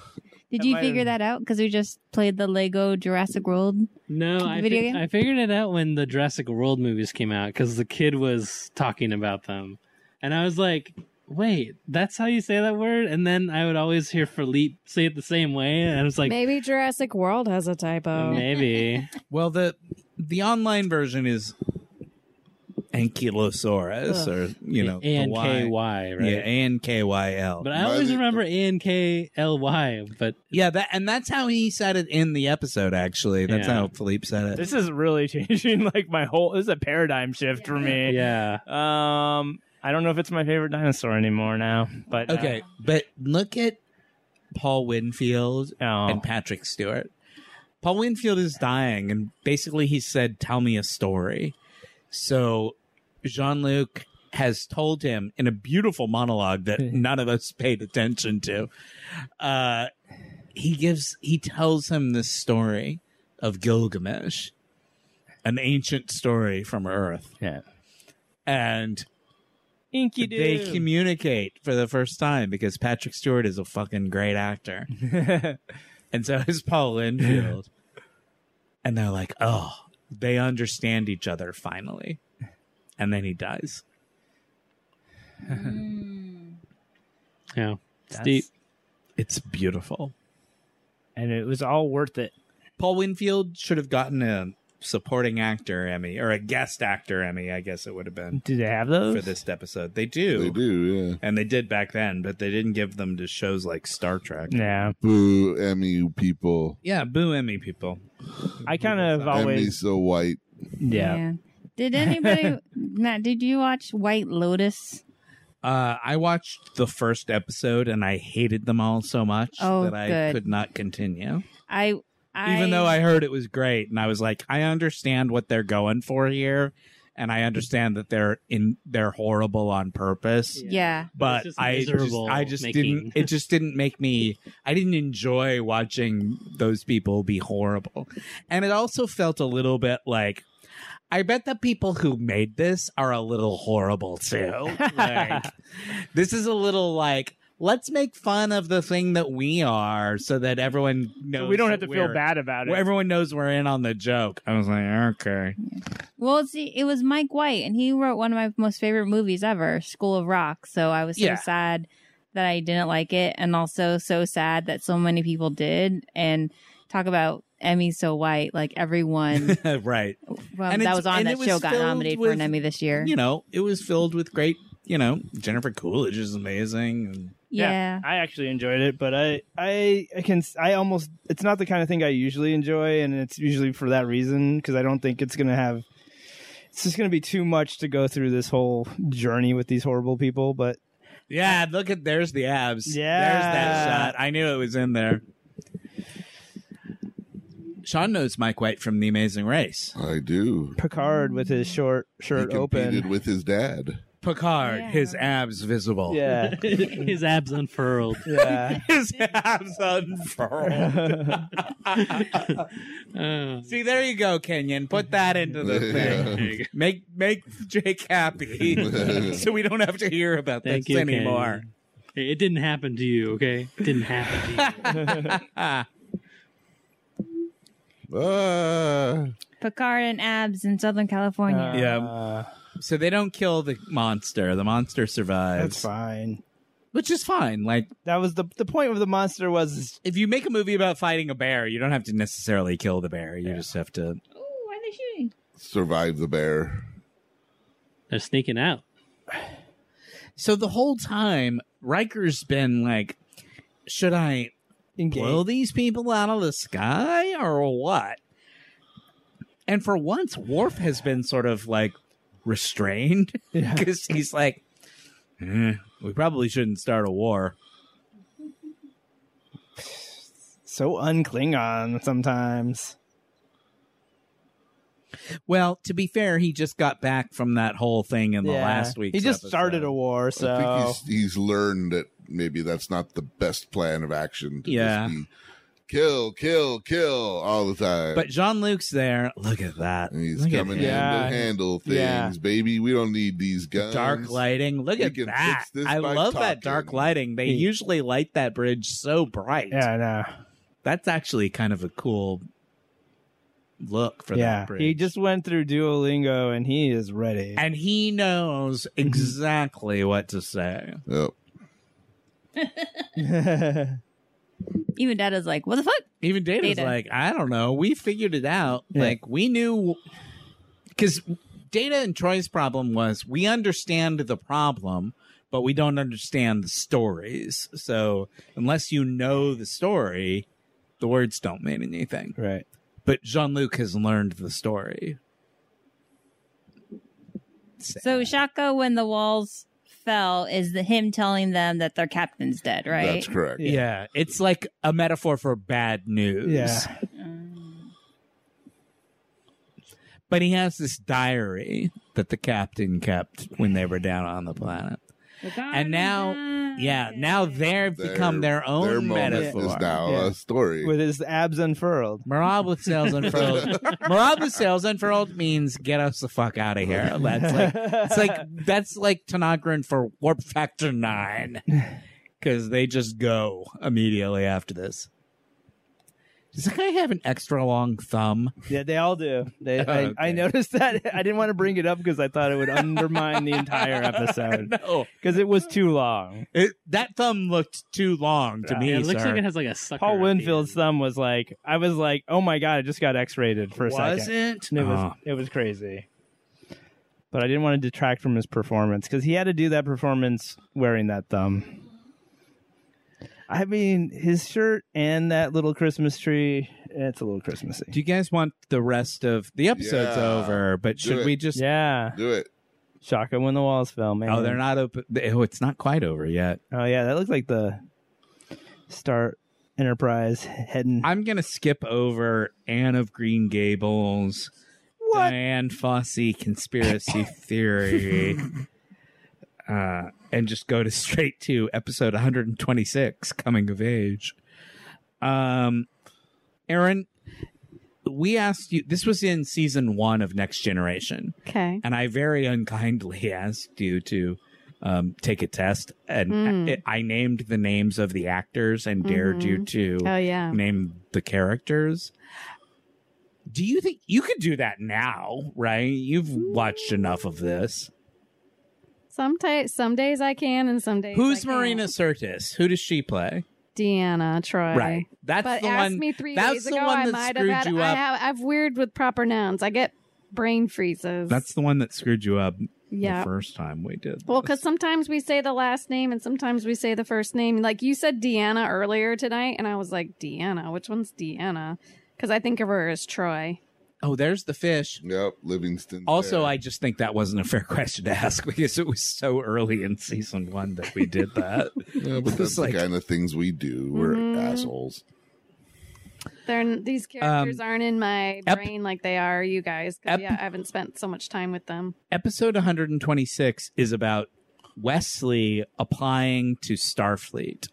[SPEAKER 10] Did
[SPEAKER 9] That
[SPEAKER 10] you
[SPEAKER 9] might
[SPEAKER 10] figure
[SPEAKER 9] have-
[SPEAKER 10] that out? Because we just played the Lego Jurassic World.
[SPEAKER 4] No, I,
[SPEAKER 10] Video
[SPEAKER 4] fig-
[SPEAKER 10] game?
[SPEAKER 4] I figured it out when the Jurassic World movies came out because the kid was talking about them. And I was like, wait, that's how you say that word? And then I would always hear Philippe say it the same way. And I was like, "Oh,
[SPEAKER 8] Maybe Jurassic World has a typo.
[SPEAKER 4] maybe.
[SPEAKER 6] Well, the the online version is ankylosaurus, or you know,
[SPEAKER 4] A
[SPEAKER 6] the
[SPEAKER 4] N
[SPEAKER 6] Y.
[SPEAKER 4] K Y, right?
[SPEAKER 6] Yeah, A N K Y L.
[SPEAKER 4] but I
[SPEAKER 2] Why
[SPEAKER 4] always
[SPEAKER 2] did-
[SPEAKER 4] remember A N K L Y. But
[SPEAKER 6] Yeah, that and that's how he said it in the episode. Actually, that's
[SPEAKER 4] Yeah.
[SPEAKER 6] how Philippe said it.
[SPEAKER 9] This is really changing like my whole. This is a paradigm shift for me.
[SPEAKER 4] yeah,
[SPEAKER 9] Um, I don't know if it's my favorite dinosaur anymore now, but uh,
[SPEAKER 6] Okay, but look at Paul Winfield
[SPEAKER 9] Oh.
[SPEAKER 6] and Patrick Stewart. Paul Winfield is dying, and basically he said, "Tell me a story." So Jean Luc has told him in a beautiful monologue that none of us paid attention to. Uh, he gives, he tells him this story of Gilgamesh, an ancient story from Earth,
[SPEAKER 9] yeah,
[SPEAKER 6] and
[SPEAKER 9] Inky
[SPEAKER 6] they
[SPEAKER 9] dude.
[SPEAKER 6] communicate for the first time because Patrick Stewart is a fucking great actor. and so is Paul Winfield. and they're like, oh, they understand each other finally. And then he dies.
[SPEAKER 4] yeah. It's
[SPEAKER 9] That's-
[SPEAKER 4] deep.
[SPEAKER 6] It's beautiful.
[SPEAKER 9] and it was all worth it.
[SPEAKER 6] Paul Winfield should have gotten a supporting actor Emmy or a guest actor Emmy, I guess it would have been
[SPEAKER 9] Do they have those
[SPEAKER 6] for this episode. They
[SPEAKER 2] They
[SPEAKER 6] do.
[SPEAKER 2] do, yeah.
[SPEAKER 6] And they did back then, but they didn't give them to shows like Star Trek.
[SPEAKER 9] Yeah,
[SPEAKER 2] Boo, Emmy people.
[SPEAKER 6] Yeah, boo Emmy people.
[SPEAKER 9] I kind of
[SPEAKER 2] Emmy
[SPEAKER 9] always
[SPEAKER 2] so white.
[SPEAKER 9] yeah.
[SPEAKER 10] Did anybody, Matt, did you watch White Lotus?
[SPEAKER 6] Uh, I watched the first episode and I hated them all so much
[SPEAKER 10] Oh,
[SPEAKER 6] that I
[SPEAKER 10] good.
[SPEAKER 6] could not continue.
[SPEAKER 10] I, I
[SPEAKER 6] Even though I heard it was great and I was like, I understand what they're going for here, and I understand that they're in they're horrible on purpose.
[SPEAKER 10] yeah,
[SPEAKER 4] It's
[SPEAKER 6] But
[SPEAKER 4] just
[SPEAKER 6] I just,
[SPEAKER 4] miserable
[SPEAKER 6] I just
[SPEAKER 4] making.
[SPEAKER 6] didn't it just didn't make me I didn't enjoy watching those people be horrible. And it also felt a little bit like I bet the people who made this are a little horrible too. Like, this is a little like let's make fun of the thing that we are so that everyone knows
[SPEAKER 9] So we don't have to
[SPEAKER 6] that
[SPEAKER 9] feel
[SPEAKER 6] we're-
[SPEAKER 9] bad about it.
[SPEAKER 6] well, everyone knows we're in on the joke. I was like, okay.
[SPEAKER 10] well, see, it was Mike White, and he wrote one of my most favorite movies ever, School of Rock. So I was so
[SPEAKER 6] Yeah.
[SPEAKER 10] sad that I didn't like it, and also so sad that so many people did. And talk about Emmy so white, like everyone
[SPEAKER 6] right.
[SPEAKER 10] well,
[SPEAKER 6] And
[SPEAKER 10] that
[SPEAKER 6] it's-
[SPEAKER 10] was on
[SPEAKER 6] and
[SPEAKER 10] that
[SPEAKER 6] it was
[SPEAKER 10] show got
[SPEAKER 6] filled
[SPEAKER 10] nominated for
[SPEAKER 6] with-
[SPEAKER 10] an Emmy this year.
[SPEAKER 6] You know, it was filled with great, you know, Jennifer Coolidge is amazing. And
[SPEAKER 9] Yeah.
[SPEAKER 10] yeah.
[SPEAKER 9] I actually enjoyed it, but I, I, I can, I almost, it's not the kind of thing I usually enjoy, and it's usually for that reason because I don't think it's gonna have, it's just gonna be too much to go through this whole journey with these horrible people. But
[SPEAKER 6] Yeah, look at there's the abs. There's that
[SPEAKER 9] Yeah.
[SPEAKER 6] shot. I knew it was in there. Sean knows Mike White from The Amazing Race.
[SPEAKER 2] I do.
[SPEAKER 9] Picard with his short
[SPEAKER 2] He
[SPEAKER 9] shirt
[SPEAKER 2] competed
[SPEAKER 9] open,
[SPEAKER 2] with his dad.
[SPEAKER 6] Picard, his abs visible.
[SPEAKER 9] Yeah.
[SPEAKER 4] His abs unfurled.
[SPEAKER 9] Yeah.
[SPEAKER 6] his abs unfurled.
[SPEAKER 4] Uh,
[SPEAKER 6] See, there you go, Kenyon. Put that into the
[SPEAKER 2] Yeah.
[SPEAKER 6] thing. Make make Jake happy, so we don't have to hear about
[SPEAKER 4] thank
[SPEAKER 6] this
[SPEAKER 4] you
[SPEAKER 6] anymore.
[SPEAKER 4] Ken. Hey, It didn't happen to you, okay? It didn't happen to you.
[SPEAKER 2] Ah.
[SPEAKER 8] Picard and abs in Southern California.
[SPEAKER 6] Yeah.
[SPEAKER 9] Uh,
[SPEAKER 6] so they don't kill the monster. The monster
[SPEAKER 9] that's
[SPEAKER 6] survives,
[SPEAKER 9] fine.
[SPEAKER 6] which is fine. Like
[SPEAKER 9] That was the the point of the monster was is
[SPEAKER 6] if you make a movie about fighting a bear, you don't have to necessarily kill the bear. You just have to.
[SPEAKER 10] Oh, why are they shooting?
[SPEAKER 2] survive the bear.
[SPEAKER 4] They're sneaking out.
[SPEAKER 6] So the whole time, Riker's been like, "Should I
[SPEAKER 9] engaged.
[SPEAKER 6] blow these people out of the sky or what? And for once, Worf has been sort of like restrained
[SPEAKER 9] Yeah.
[SPEAKER 6] because he's like, "Eh, we probably shouldn't start a war.
[SPEAKER 9] so unklingon sometimes.
[SPEAKER 6] Well, to be fair, he just got back from that whole thing in the
[SPEAKER 9] Yeah.
[SPEAKER 6] last week.
[SPEAKER 9] he just started a war,
[SPEAKER 2] I
[SPEAKER 9] so
[SPEAKER 2] think he's, he's learned that maybe that's not the best plan of action. To
[SPEAKER 6] Yeah.
[SPEAKER 2] Just be, kill, kill, kill all the time.
[SPEAKER 6] But Jean Luc's there. Look at that.
[SPEAKER 2] And he's
[SPEAKER 6] Look at
[SPEAKER 2] coming in
[SPEAKER 6] that.
[SPEAKER 9] Yeah.
[SPEAKER 2] to handle things,
[SPEAKER 9] Yeah.
[SPEAKER 2] baby. We don't need these guns.
[SPEAKER 6] Dark lighting. Look
[SPEAKER 2] We
[SPEAKER 6] at
[SPEAKER 2] can
[SPEAKER 6] that.
[SPEAKER 2] fix this
[SPEAKER 6] I
[SPEAKER 2] by
[SPEAKER 6] love that dark
[SPEAKER 2] talking.
[SPEAKER 6] lighting. They
[SPEAKER 9] Yeah.
[SPEAKER 6] usually light that bridge so bright.
[SPEAKER 9] yeah, I know.
[SPEAKER 6] that's actually kind of a cool look for
[SPEAKER 9] yeah,
[SPEAKER 6] that bridge.
[SPEAKER 9] he just went through Duolingo and he is ready.
[SPEAKER 6] and he knows
[SPEAKER 9] Mm-hmm.
[SPEAKER 6] exactly what to say.
[SPEAKER 2] Yep.
[SPEAKER 10] Even Data's like, what the fuck?
[SPEAKER 6] Even Data's
[SPEAKER 10] Data.
[SPEAKER 6] like, I don't know. We figured it out.
[SPEAKER 9] Yeah.
[SPEAKER 6] Like we knew because Data and Troy's problem was we understand the problem, but we don't understand the stories. So unless you know the story, the words don't mean anything.
[SPEAKER 9] right.
[SPEAKER 6] But Jean Luc has learned the story.
[SPEAKER 10] So Shaka, when the walls fell, is the him telling them that their captain's dead, right?
[SPEAKER 2] That's correct.
[SPEAKER 9] Yeah.
[SPEAKER 6] Yeah. it's like a metaphor for bad news.
[SPEAKER 9] Yeah.
[SPEAKER 6] But he has this diary that the captain kept when they were down on the planet. And now, yeah, now they've become their own
[SPEAKER 2] their moment
[SPEAKER 6] metaphor.
[SPEAKER 2] is now
[SPEAKER 9] Yeah.
[SPEAKER 2] a story.
[SPEAKER 9] With his abs unfurled.
[SPEAKER 6] Marab with sails unfurled. Marab with sails unfurled means get us the fuck out of here. That's like it's like that's like Tanagran for Warp Factor Nine, because they just go immediately after this. Does that guy have an extra long thumb?
[SPEAKER 9] Yeah, they all do. They,
[SPEAKER 6] Okay.
[SPEAKER 9] I, I noticed that. I didn't want to bring it up because I thought it would undermine the entire episode
[SPEAKER 4] Oh.
[SPEAKER 6] no,
[SPEAKER 9] because it was too long.
[SPEAKER 6] it, that thumb looked too long to
[SPEAKER 9] Yeah,
[SPEAKER 6] me.
[SPEAKER 4] it looks
[SPEAKER 6] sir.
[SPEAKER 4] like it has like a sucker. at
[SPEAKER 9] Paul
[SPEAKER 4] the
[SPEAKER 9] Winfield's
[SPEAKER 4] end.
[SPEAKER 9] thumb was like, I was like, oh my god, I just got X-rated for a
[SPEAKER 6] was
[SPEAKER 9] second.
[SPEAKER 6] it?
[SPEAKER 9] And it was
[SPEAKER 6] Oh.
[SPEAKER 9] it was crazy. But I didn't want to detract from his performance because he had to do that performance wearing that thumb. I mean, his shirt and that little Christmas tree—it's a little Christmassy.
[SPEAKER 6] Do you guys want the rest of the episode's
[SPEAKER 2] Yeah.
[SPEAKER 6] over? But should
[SPEAKER 2] it.
[SPEAKER 6] we just?
[SPEAKER 9] yeah,
[SPEAKER 2] Do it.
[SPEAKER 9] Shaka when the walls fell, man.
[SPEAKER 6] Oh, they're not open. Oh, it's not quite over yet.
[SPEAKER 9] Oh yeah, that looks like the Star Enterprise heading.
[SPEAKER 6] I'm gonna skip over Anne of Green Gables,
[SPEAKER 9] What?
[SPEAKER 6] Diane Fossey conspiracy theory, uh, and just go to straight to episode 126, coming of age. Um, Aaron, we asked you. This was in season one of Next Generation
[SPEAKER 8] Okay.
[SPEAKER 6] and I very unkindly asked you to um, take a test, and
[SPEAKER 8] Mm.
[SPEAKER 6] I, I named the names of the actors and dared you to
[SPEAKER 8] Oh yeah.
[SPEAKER 6] name the characters. Do you think you could do that now? Right? You've watched
[SPEAKER 8] Hmm.
[SPEAKER 6] enough of this.
[SPEAKER 8] Some ta- some days I can, and some days
[SPEAKER 6] Who's
[SPEAKER 8] I can't.
[SPEAKER 6] Marina Sirtis? Who does she play?
[SPEAKER 8] Deanna Troy.
[SPEAKER 6] Right. That's
[SPEAKER 8] but
[SPEAKER 6] the
[SPEAKER 8] ask
[SPEAKER 6] one.
[SPEAKER 8] me three
[SPEAKER 6] that's
[SPEAKER 8] days
[SPEAKER 6] the
[SPEAKER 8] ago,
[SPEAKER 6] one
[SPEAKER 8] I
[SPEAKER 6] that
[SPEAKER 8] might have
[SPEAKER 6] screwed
[SPEAKER 8] had.
[SPEAKER 6] you
[SPEAKER 8] I
[SPEAKER 6] up.
[SPEAKER 8] have. I've weird with proper nouns. I get brain freezes.
[SPEAKER 6] That's the one that screwed you up
[SPEAKER 8] yeah.
[SPEAKER 6] the first time we did.
[SPEAKER 8] Well,
[SPEAKER 6] this.
[SPEAKER 8] because sometimes we say the last name and sometimes we say the first name. Like you said Deanna earlier tonight, and I was like, Deanna, which one's Deanna? Because I think of her as Troy.
[SPEAKER 6] oh, there's the fish.
[SPEAKER 2] Yep. Livingston.
[SPEAKER 6] Also, I just think that wasn't a fair question to ask because it was so early in season one that we did that.
[SPEAKER 2] Yeah, but
[SPEAKER 6] It's
[SPEAKER 2] that's
[SPEAKER 6] like-
[SPEAKER 8] Mm-hmm.
[SPEAKER 2] the kind of things we do. We're
[SPEAKER 8] Mhm.
[SPEAKER 2] assholes.
[SPEAKER 8] They're, these characters aren't in my
[SPEAKER 6] Um, ep-
[SPEAKER 8] brain like they are you guys. 'cause,
[SPEAKER 6] ep-
[SPEAKER 8] yeah, I haven't spent so much time with them.
[SPEAKER 6] episode 126 is about Wesley applying to Starfleet.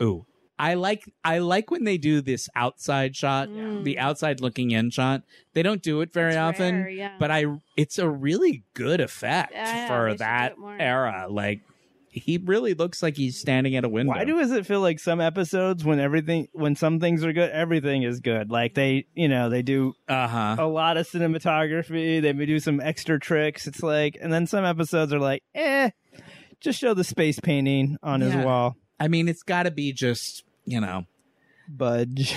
[SPEAKER 6] Ooh, I like I like when they do this outside shot,
[SPEAKER 8] Mm.
[SPEAKER 6] the outside looking in shot. They don't do it very
[SPEAKER 8] It's
[SPEAKER 6] often,
[SPEAKER 8] rare, yeah.
[SPEAKER 6] but I it's a really good effect
[SPEAKER 8] Yeah, they
[SPEAKER 6] for
[SPEAKER 8] should do
[SPEAKER 6] that
[SPEAKER 8] it more.
[SPEAKER 6] era. Like he really looks like he's standing at a window.
[SPEAKER 9] Why does it feel like some episodes when everything when some things are good, everything is good? Like they, you know, they do
[SPEAKER 6] uh-huh.
[SPEAKER 9] a lot of cinematography, they may do some extra tricks. It's like, and then some episodes are like, eh, just show the space painting on
[SPEAKER 6] Yeah.
[SPEAKER 9] his wall,
[SPEAKER 6] I mean, it's got to be just, you know,
[SPEAKER 9] budge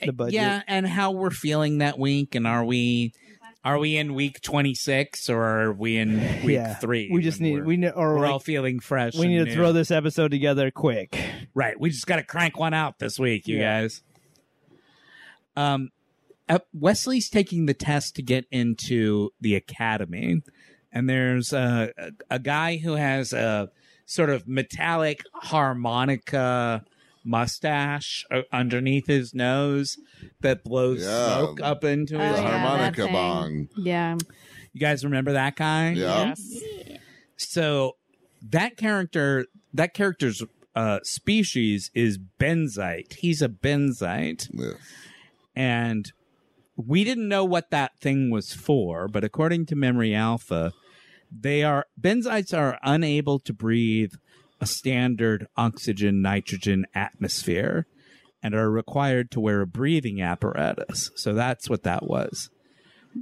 [SPEAKER 9] the budget.
[SPEAKER 6] Eh, Yeah, and how we're feeling that week, and are we are we in week twenty six or are we in week
[SPEAKER 9] Yeah.
[SPEAKER 6] three?
[SPEAKER 9] We just
[SPEAKER 6] when
[SPEAKER 9] need
[SPEAKER 6] we're,
[SPEAKER 9] we need or
[SPEAKER 6] we're
[SPEAKER 9] like,
[SPEAKER 6] all feeling fresh.
[SPEAKER 9] we need
[SPEAKER 6] and
[SPEAKER 9] to
[SPEAKER 6] new?
[SPEAKER 9] throw this episode together quick.
[SPEAKER 6] right. We just got to crank one out this week, you
[SPEAKER 9] Yeah.
[SPEAKER 6] guys. Um, uh, Wesley's taking the test to get into the academy, and there's uh, a a guy who has a sort of metallic harmonica mustache uh, underneath his nose that blows
[SPEAKER 2] Yeah.
[SPEAKER 6] smoke up into
[SPEAKER 8] Oh,
[SPEAKER 6] his
[SPEAKER 8] yeah,
[SPEAKER 2] the
[SPEAKER 8] that
[SPEAKER 2] harmonica
[SPEAKER 8] thing.
[SPEAKER 2] bong.
[SPEAKER 8] Yeah.
[SPEAKER 6] you guys remember that guy?
[SPEAKER 2] Yeah.
[SPEAKER 8] Yes.
[SPEAKER 6] So that character, that character's uh, species is benzite. He's a benzite,
[SPEAKER 2] Yeah.
[SPEAKER 6] and we didn't know what that thing was for. But according to Memory Alpha, they are benzites are unable to breathe a standard oxygen nitrogen atmosphere and are required to wear a breathing apparatus. So that's what that was.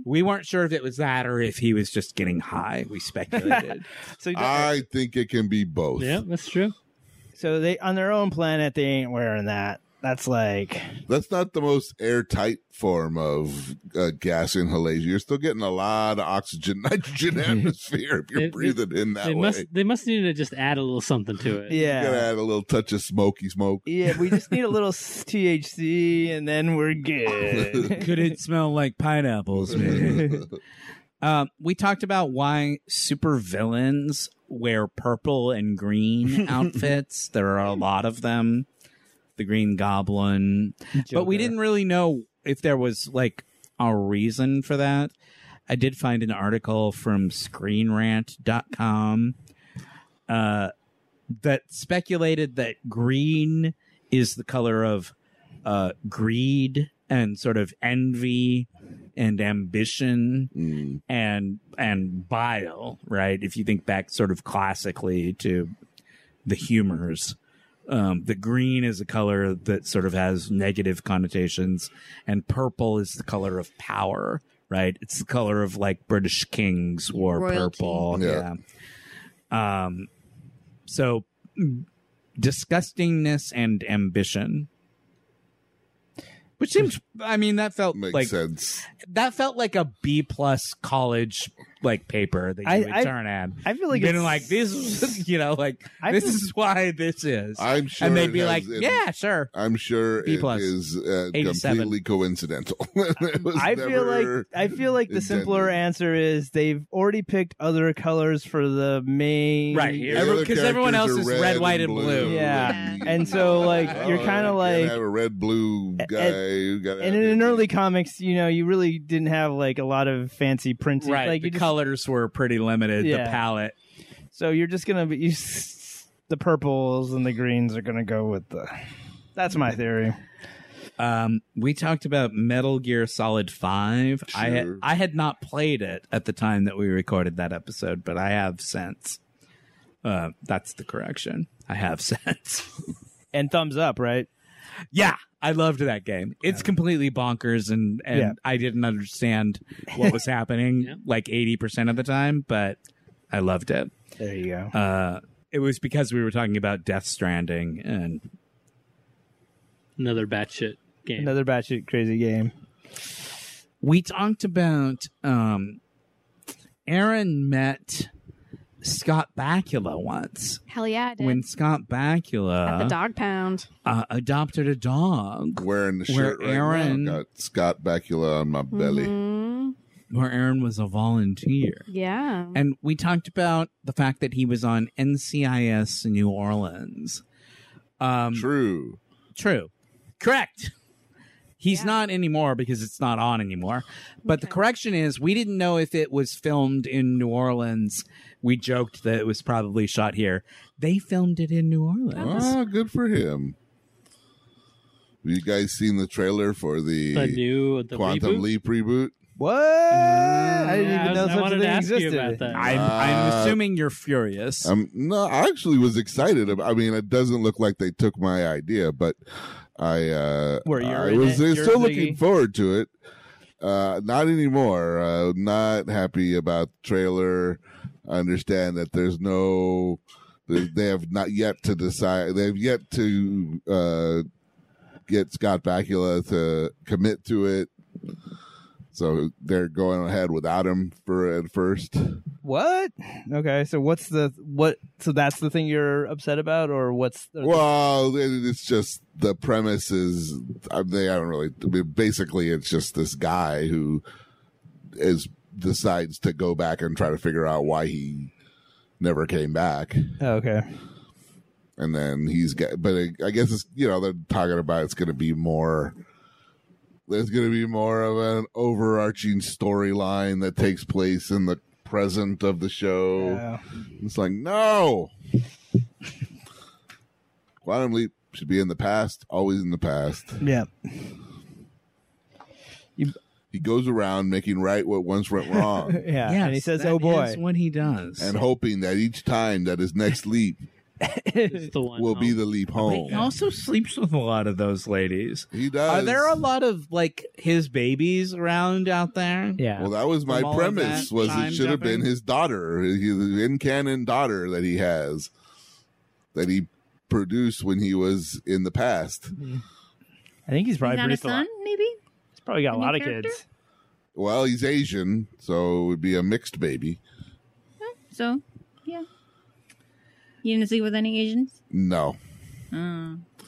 [SPEAKER 6] We weren't sure if it was that or if he was just getting high. We speculated.
[SPEAKER 9] So you don't-
[SPEAKER 6] Uh,
[SPEAKER 2] I think it can be both.
[SPEAKER 4] Yeah, that's true.
[SPEAKER 9] so they on their own planet they ain't wearing that. That's like
[SPEAKER 2] That's not the most airtight form of uh, gas inhalation. You're still getting a lot of oxygen, nitrogen atmosphere if you're
[SPEAKER 4] They- they-
[SPEAKER 2] breathing in that
[SPEAKER 4] they
[SPEAKER 2] way.
[SPEAKER 4] must they must need to just add a little something to it.
[SPEAKER 9] yeah.
[SPEAKER 2] You gotta add a little touch of smoky smoke.
[SPEAKER 9] Yeah, we just need a little s- THC and then we're good.
[SPEAKER 6] Could it smell like pineapples? Maybe. um, we talked about why supervillains wear purple and green outfits. there are a lot of them. The Green Goblin, but we
[SPEAKER 9] Joker.
[SPEAKER 6] didn't really know if there was like a reason for that. I did find an article from screenrant.com uh, that speculated that green is the color of uh, greed and sort of envy and ambition
[SPEAKER 2] Mm.
[SPEAKER 6] and and bile, right? If you think back sort of classically to the humors. Um, the green is a color that sort of has negative connotations, and purple is the color of power, right? It's the color of like British kings wore
[SPEAKER 10] Royalty.
[SPEAKER 6] purple.
[SPEAKER 2] Yeah.
[SPEAKER 6] yeah. Um, so mm, disgustingness and ambition. Which seems, I mean, that felt
[SPEAKER 2] Makes
[SPEAKER 6] like
[SPEAKER 2] sense.
[SPEAKER 6] that felt like a B plus college like paper that you
[SPEAKER 9] I-
[SPEAKER 6] would
[SPEAKER 9] I-
[SPEAKER 6] turn at.
[SPEAKER 9] I feel like
[SPEAKER 6] Been
[SPEAKER 9] it's-
[SPEAKER 6] like this, is- you know, like
[SPEAKER 9] I
[SPEAKER 6] this
[SPEAKER 9] feel-
[SPEAKER 6] is why this is,
[SPEAKER 2] I'm sure.
[SPEAKER 6] and
[SPEAKER 2] it
[SPEAKER 6] they'd be
[SPEAKER 2] has
[SPEAKER 6] like,
[SPEAKER 2] in-
[SPEAKER 6] yeah, sure.
[SPEAKER 2] I'm sure
[SPEAKER 6] B
[SPEAKER 2] it
[SPEAKER 6] plus.
[SPEAKER 2] is uh,
[SPEAKER 6] 87.
[SPEAKER 2] completely coincidental. It was
[SPEAKER 9] I feel like
[SPEAKER 2] never-
[SPEAKER 9] I feel like the simpler
[SPEAKER 2] intended.
[SPEAKER 9] answer is they've already picked other colors for the main
[SPEAKER 6] Right,
[SPEAKER 2] The
[SPEAKER 6] here.
[SPEAKER 2] other
[SPEAKER 6] Every- 'cause everyone
[SPEAKER 2] characters
[SPEAKER 6] else
[SPEAKER 2] are
[SPEAKER 6] is red, white, and blue.
[SPEAKER 9] Yeah.
[SPEAKER 2] and-
[SPEAKER 9] And so like
[SPEAKER 2] Oh,
[SPEAKER 9] you're kind of
[SPEAKER 2] you
[SPEAKER 9] like
[SPEAKER 2] gotta have a red blue guy. you gotta
[SPEAKER 9] and
[SPEAKER 2] have
[SPEAKER 9] in an
[SPEAKER 2] a-
[SPEAKER 9] early comics, you know, you really didn't have like a lot of fancy printing.
[SPEAKER 6] Right,
[SPEAKER 9] Like
[SPEAKER 6] the
[SPEAKER 9] you just,
[SPEAKER 6] colors were pretty limited. The
[SPEAKER 9] Yeah.
[SPEAKER 6] palette,
[SPEAKER 9] so you're just gonna be you, s- the purples and the greens are gonna go with the. That's my theory.
[SPEAKER 6] Um, we talked about Metal Gear Solid Five. I had,
[SPEAKER 2] Sure.
[SPEAKER 6] I had not played it at the time that we recorded that episode, but I have since. Uh, that's the correction. I have since.
[SPEAKER 9] And thumbs up, right?
[SPEAKER 6] yeah, I loved that game. It's completely bonkers, and and
[SPEAKER 9] Yeah.
[SPEAKER 6] I didn't understand what was happening
[SPEAKER 4] Yeah.
[SPEAKER 6] like eighty percent of the time, but I loved it.
[SPEAKER 9] There you go.
[SPEAKER 6] Uh, it was because we were talking about Death Stranding, and
[SPEAKER 4] Another batshit game.
[SPEAKER 9] Another batshit crazy game.
[SPEAKER 6] we talked about um Aaron met Scott Bakula once
[SPEAKER 8] Hell yeah, I did.
[SPEAKER 6] when Scott
[SPEAKER 8] At the
[SPEAKER 6] Bakula
[SPEAKER 8] dog pound.
[SPEAKER 6] uh, adopted a dog
[SPEAKER 2] Wearing the
[SPEAKER 6] Where
[SPEAKER 2] shirt right
[SPEAKER 6] Aaron-
[SPEAKER 2] now. Got Scott Bakula on my belly.
[SPEAKER 9] Mm-hmm.
[SPEAKER 8] Mhm.
[SPEAKER 6] where Aaron was a volunteer.
[SPEAKER 8] Yeah.
[SPEAKER 6] And we talked about the fact that he was on NCIS New Orleans. Um,
[SPEAKER 2] True.
[SPEAKER 6] True. Correct. He's not anymore because it's not on anymore. But the correction is we didn't know if it was filmed in New Orleans. We joked that it was probably shot here. They filmed it in New Orleans.
[SPEAKER 2] Ah, good for him. Have you guys seen the trailer for the,
[SPEAKER 4] The new the
[SPEAKER 2] Quantum
[SPEAKER 4] reboot?
[SPEAKER 2] Leap reboot?
[SPEAKER 9] What? I didn't
[SPEAKER 4] Yeah, Mm, I
[SPEAKER 9] even
[SPEAKER 4] was-
[SPEAKER 9] know
[SPEAKER 4] I
[SPEAKER 9] such
[SPEAKER 4] wanted
[SPEAKER 9] a
[SPEAKER 4] to
[SPEAKER 9] thing
[SPEAKER 4] ask you
[SPEAKER 9] existed.
[SPEAKER 4] about that.
[SPEAKER 6] I'm,
[SPEAKER 2] Uh,
[SPEAKER 6] I'm assuming you're furious.
[SPEAKER 2] Um, no, I actually was excited. About, I mean, it doesn't look like they took my idea, but I uh,
[SPEAKER 6] Where you're
[SPEAKER 2] I
[SPEAKER 6] in
[SPEAKER 2] was
[SPEAKER 6] it,
[SPEAKER 2] uh,
[SPEAKER 6] you're
[SPEAKER 2] still
[SPEAKER 6] the-
[SPEAKER 2] looking forward to it. Uh, not anymore. Uh, not happy about the trailer. I understand that there's no. They they have not yet to decide. They have yet to uh, get Scott Bakula to commit to it. So they're going ahead without him for at first.
[SPEAKER 9] What? Okay, so what's the what? So that's the thing you're upset about, or what's?
[SPEAKER 2] Well, it- it's just the premise is I, they I don't really. I mean, basically, it's just this guy who is decides to go back and try to figure out why he never came back,
[SPEAKER 9] oh, okay.
[SPEAKER 2] and then he's got. But it, I guess it's you know they're talking about it's going to be more. There's going to be more of an overarching storyline that takes place in the present of the show.
[SPEAKER 9] Yeah.
[SPEAKER 2] It's like, no. Quantum Leap should be in the past, always in the past.
[SPEAKER 9] yeah.
[SPEAKER 2] He goes around making right what once went wrong
[SPEAKER 9] Yeah. and he
[SPEAKER 6] Yes,
[SPEAKER 9] says,
[SPEAKER 6] that
[SPEAKER 9] "Oh
[SPEAKER 6] is
[SPEAKER 9] boy."
[SPEAKER 6] what he does.
[SPEAKER 2] and hoping that each time that his next leap
[SPEAKER 4] It's the one.
[SPEAKER 2] will be the leap
[SPEAKER 6] Wait,
[SPEAKER 2] home.
[SPEAKER 6] he also sleeps with a lot of those ladies.
[SPEAKER 2] He
[SPEAKER 6] Are
[SPEAKER 2] does.
[SPEAKER 6] there a lot of like his babies around out there?
[SPEAKER 9] Yeah.
[SPEAKER 2] well, that was my
[SPEAKER 6] From all of
[SPEAKER 2] premise.
[SPEAKER 6] that
[SPEAKER 2] Was
[SPEAKER 6] time
[SPEAKER 2] it should have been
[SPEAKER 6] jumping?
[SPEAKER 2] his daughter, his in canon daughter that he has, that he produced when he was in the past.
[SPEAKER 9] I think he's probably
[SPEAKER 10] He's not a
[SPEAKER 9] produced a lot.
[SPEAKER 10] son, maybe?
[SPEAKER 9] He's probably got a
[SPEAKER 10] Any
[SPEAKER 9] lot of
[SPEAKER 10] character?
[SPEAKER 9] kids.
[SPEAKER 2] Well, he's Asian, so it would be a mixed baby.
[SPEAKER 10] So, yeah. You didn't sleep with any Asians?
[SPEAKER 2] No,
[SPEAKER 8] Mm.
[SPEAKER 10] Oh.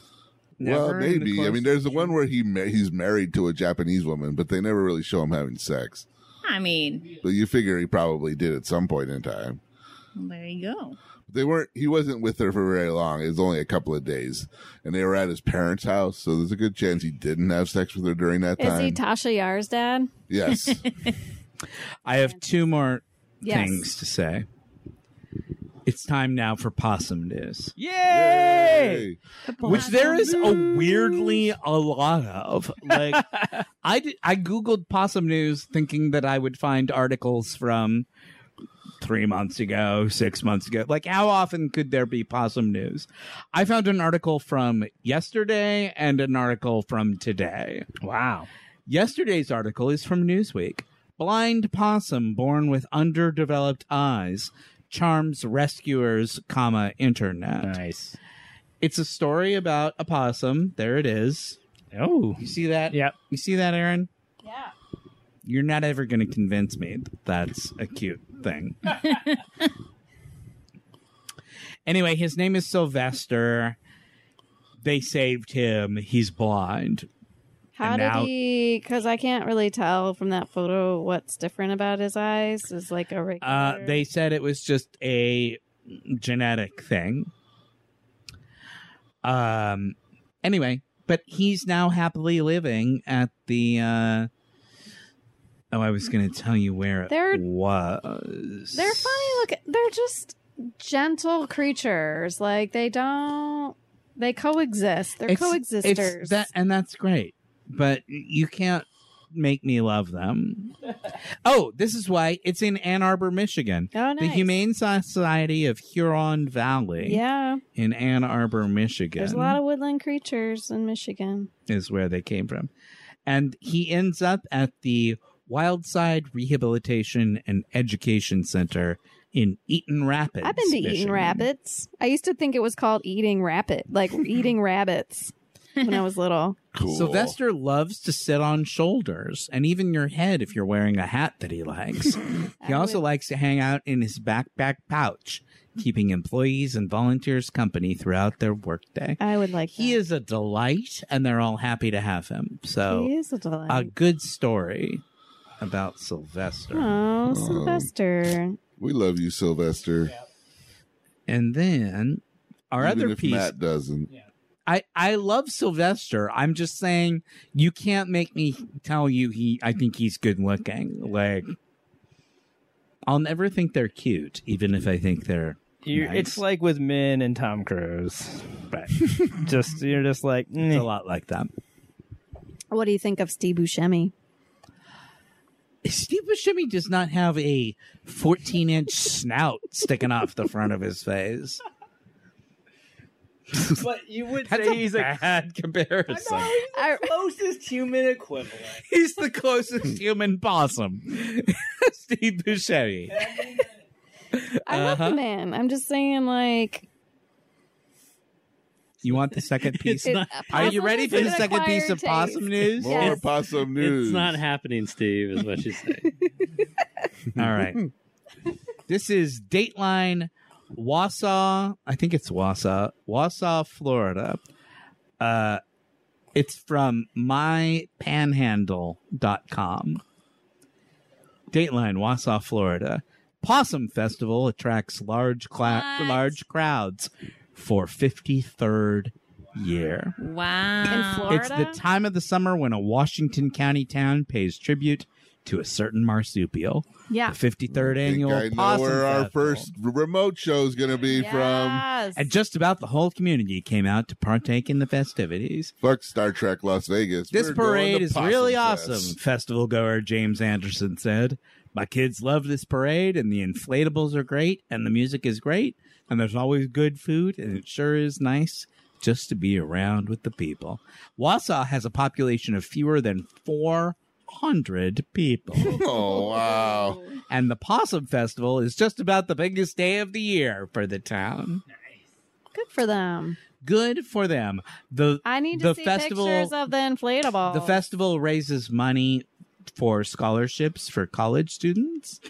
[SPEAKER 2] Well,
[SPEAKER 6] Never in the
[SPEAKER 2] maybe. I
[SPEAKER 6] close
[SPEAKER 2] mean, there's the one where he ma- he's married to a Japanese woman, but they never really show him having sex.
[SPEAKER 10] I mean,
[SPEAKER 2] But you figure he probably did at some point in time.
[SPEAKER 10] there you go.
[SPEAKER 2] They weren't. He wasn't with her for very long. It was only a couple of days, and they were at his parents' house. So there's a good chance he didn't have sex with her during that
[SPEAKER 8] Is he
[SPEAKER 2] time.
[SPEAKER 8] Tasha Yar's dad?
[SPEAKER 2] yes.
[SPEAKER 6] I have two more
[SPEAKER 8] Yes.
[SPEAKER 6] things to say. It's time now for possum news,
[SPEAKER 9] Yay!
[SPEAKER 2] Hey.
[SPEAKER 6] which there is a weirdly a lot of. Like I did, I googled possum news thinking that I would find articles from 3 months ago, 6 months ago. Like how often could there be possum news? I found an article from yesterday and an article from today.
[SPEAKER 9] Wow.
[SPEAKER 6] Yesterday's article is from Newsweek. Blind possum born with underdeveloped eyes charms rescuers, comma internet.
[SPEAKER 9] Nice.
[SPEAKER 6] It's a story about a possum. There it is.
[SPEAKER 9] Oh.
[SPEAKER 6] You see that?
[SPEAKER 9] Yep.
[SPEAKER 6] You see that, Aaron?
[SPEAKER 5] Yeah.
[SPEAKER 6] You're not ever going to convince me that that's a cute thing. anyway, his name is Sylvester. They saved him. He's blind.
[SPEAKER 8] How
[SPEAKER 6] And
[SPEAKER 8] did
[SPEAKER 6] now-
[SPEAKER 8] he? Because I can't really tell from that photo what's different about his eyes. Is like a regular.
[SPEAKER 6] Uh, they said it was just a genetic thing. Um. Anyway, but he's now happily living at the. Uh, oh, I was going to tell you where it
[SPEAKER 8] They're-
[SPEAKER 6] was.
[SPEAKER 8] They're funny. Look, they're just gentle creatures. Like they don't. They coexist. They're
[SPEAKER 6] It's-
[SPEAKER 8] coexisters.
[SPEAKER 6] It's that, and that's great, but you can't make me love them. oh, this is why it's in Ann Arbor, Michigan.
[SPEAKER 8] oh, nice.
[SPEAKER 6] The Humane Society of Huron Valley
[SPEAKER 8] Yeah,
[SPEAKER 6] in Ann Arbor, Michigan.
[SPEAKER 8] there's a lot of woodland creatures in Michigan.
[SPEAKER 6] is where they came from. And he ends up at the Wildside Rehabilitation and Education Center in Eaton Rapids.
[SPEAKER 8] I've been to
[SPEAKER 6] Michigan.
[SPEAKER 8] Eating Rabbits. I used to think it was called Eating Rabbit, like eating rabbits when I was little.
[SPEAKER 2] Cool.
[SPEAKER 6] Sylvester loves to sit on shoulders and even your head if you're wearing a hat that he likes. he
[SPEAKER 8] I
[SPEAKER 6] also
[SPEAKER 8] would-
[SPEAKER 6] likes to hang out in his backpack pouch, keeping employees and volunteers company throughout their workday.
[SPEAKER 8] I would like.
[SPEAKER 6] He
[SPEAKER 8] that.
[SPEAKER 6] is a delight and they're all happy to have him.
[SPEAKER 8] He
[SPEAKER 6] So,
[SPEAKER 8] is a delight.
[SPEAKER 6] a good story about Sylvester.
[SPEAKER 8] Oh, Sylvester.
[SPEAKER 2] we love you, Sylvester.
[SPEAKER 6] And then our
[SPEAKER 2] Even
[SPEAKER 6] other
[SPEAKER 2] if
[SPEAKER 6] piece,
[SPEAKER 2] Matt doesn't.
[SPEAKER 6] I I love Sylvester. I'm just saying you can't make me tell you he. I think he's good looking. Like I'll never think they're cute, even if I think they're.
[SPEAKER 9] You, It's like with Min and Tom Cruise, but just you're just like
[SPEAKER 6] a lot like that.
[SPEAKER 8] What do you think of Steve Buscemi?
[SPEAKER 6] Steve Buscemi does not have a 14 inch snout sticking off the front of his face.
[SPEAKER 9] But you would
[SPEAKER 6] That's
[SPEAKER 9] say
[SPEAKER 6] a
[SPEAKER 9] he's a
[SPEAKER 6] bad comparison.
[SPEAKER 8] I,
[SPEAKER 9] closest human equivalent.
[SPEAKER 6] He's the closest human possum. Steve Buscemi.
[SPEAKER 8] I love
[SPEAKER 6] Uh-huh.
[SPEAKER 8] the man. I'm just saying, like,
[SPEAKER 6] You want the second piece?
[SPEAKER 8] it-
[SPEAKER 6] Are you ready for
[SPEAKER 8] possum
[SPEAKER 6] the
[SPEAKER 8] is an
[SPEAKER 6] second piece of
[SPEAKER 8] acquired
[SPEAKER 6] possum
[SPEAKER 8] taste.
[SPEAKER 6] news?
[SPEAKER 2] More
[SPEAKER 8] Yes.
[SPEAKER 2] possum news.
[SPEAKER 4] It's not happening, Steve, is what she's saying.
[SPEAKER 6] All right. this is Dateline Wausau. I think it's Wausau, Wausau, Florida. Uh, it's from mypanhandle.com. Dateline Wausau, Florida. Possum Festival attracts large cla-
[SPEAKER 10] What?
[SPEAKER 6] large crowds for 53rd year.
[SPEAKER 10] Wow.
[SPEAKER 8] In Florida?
[SPEAKER 6] It's the time of the summer when a Washington County town pays tribute to a certain marsupial.
[SPEAKER 8] yeah.
[SPEAKER 6] The 53rd
[SPEAKER 2] I think
[SPEAKER 6] annual
[SPEAKER 2] I know
[SPEAKER 6] Possum
[SPEAKER 2] where our
[SPEAKER 6] Festival.
[SPEAKER 2] first remote show is going to be from.
[SPEAKER 8] Yes.
[SPEAKER 6] And just about the whole community came out to partake in the festivities.
[SPEAKER 2] Fuck Star Trek Las Vegas.
[SPEAKER 6] This
[SPEAKER 2] We're going
[SPEAKER 6] parade
[SPEAKER 2] to
[SPEAKER 6] is
[SPEAKER 2] Possum
[SPEAKER 6] really
[SPEAKER 2] Fest.
[SPEAKER 6] awesome, festival goer James Anderson said. My kids love this parade, and the inflatables are great, and the music is great, and there's always good food, and it sure is nice just to be around with the people. Wausau has a population of fewer than 400 people.
[SPEAKER 2] Oh, wow.
[SPEAKER 6] and the Possum Festival is just about the biggest day of the year for the town.
[SPEAKER 8] Good for them.
[SPEAKER 6] Good for them. The
[SPEAKER 8] I need to
[SPEAKER 6] The
[SPEAKER 8] see
[SPEAKER 6] festival-
[SPEAKER 8] pictures of the inflatable.
[SPEAKER 6] the festival raises money for scholarships for college students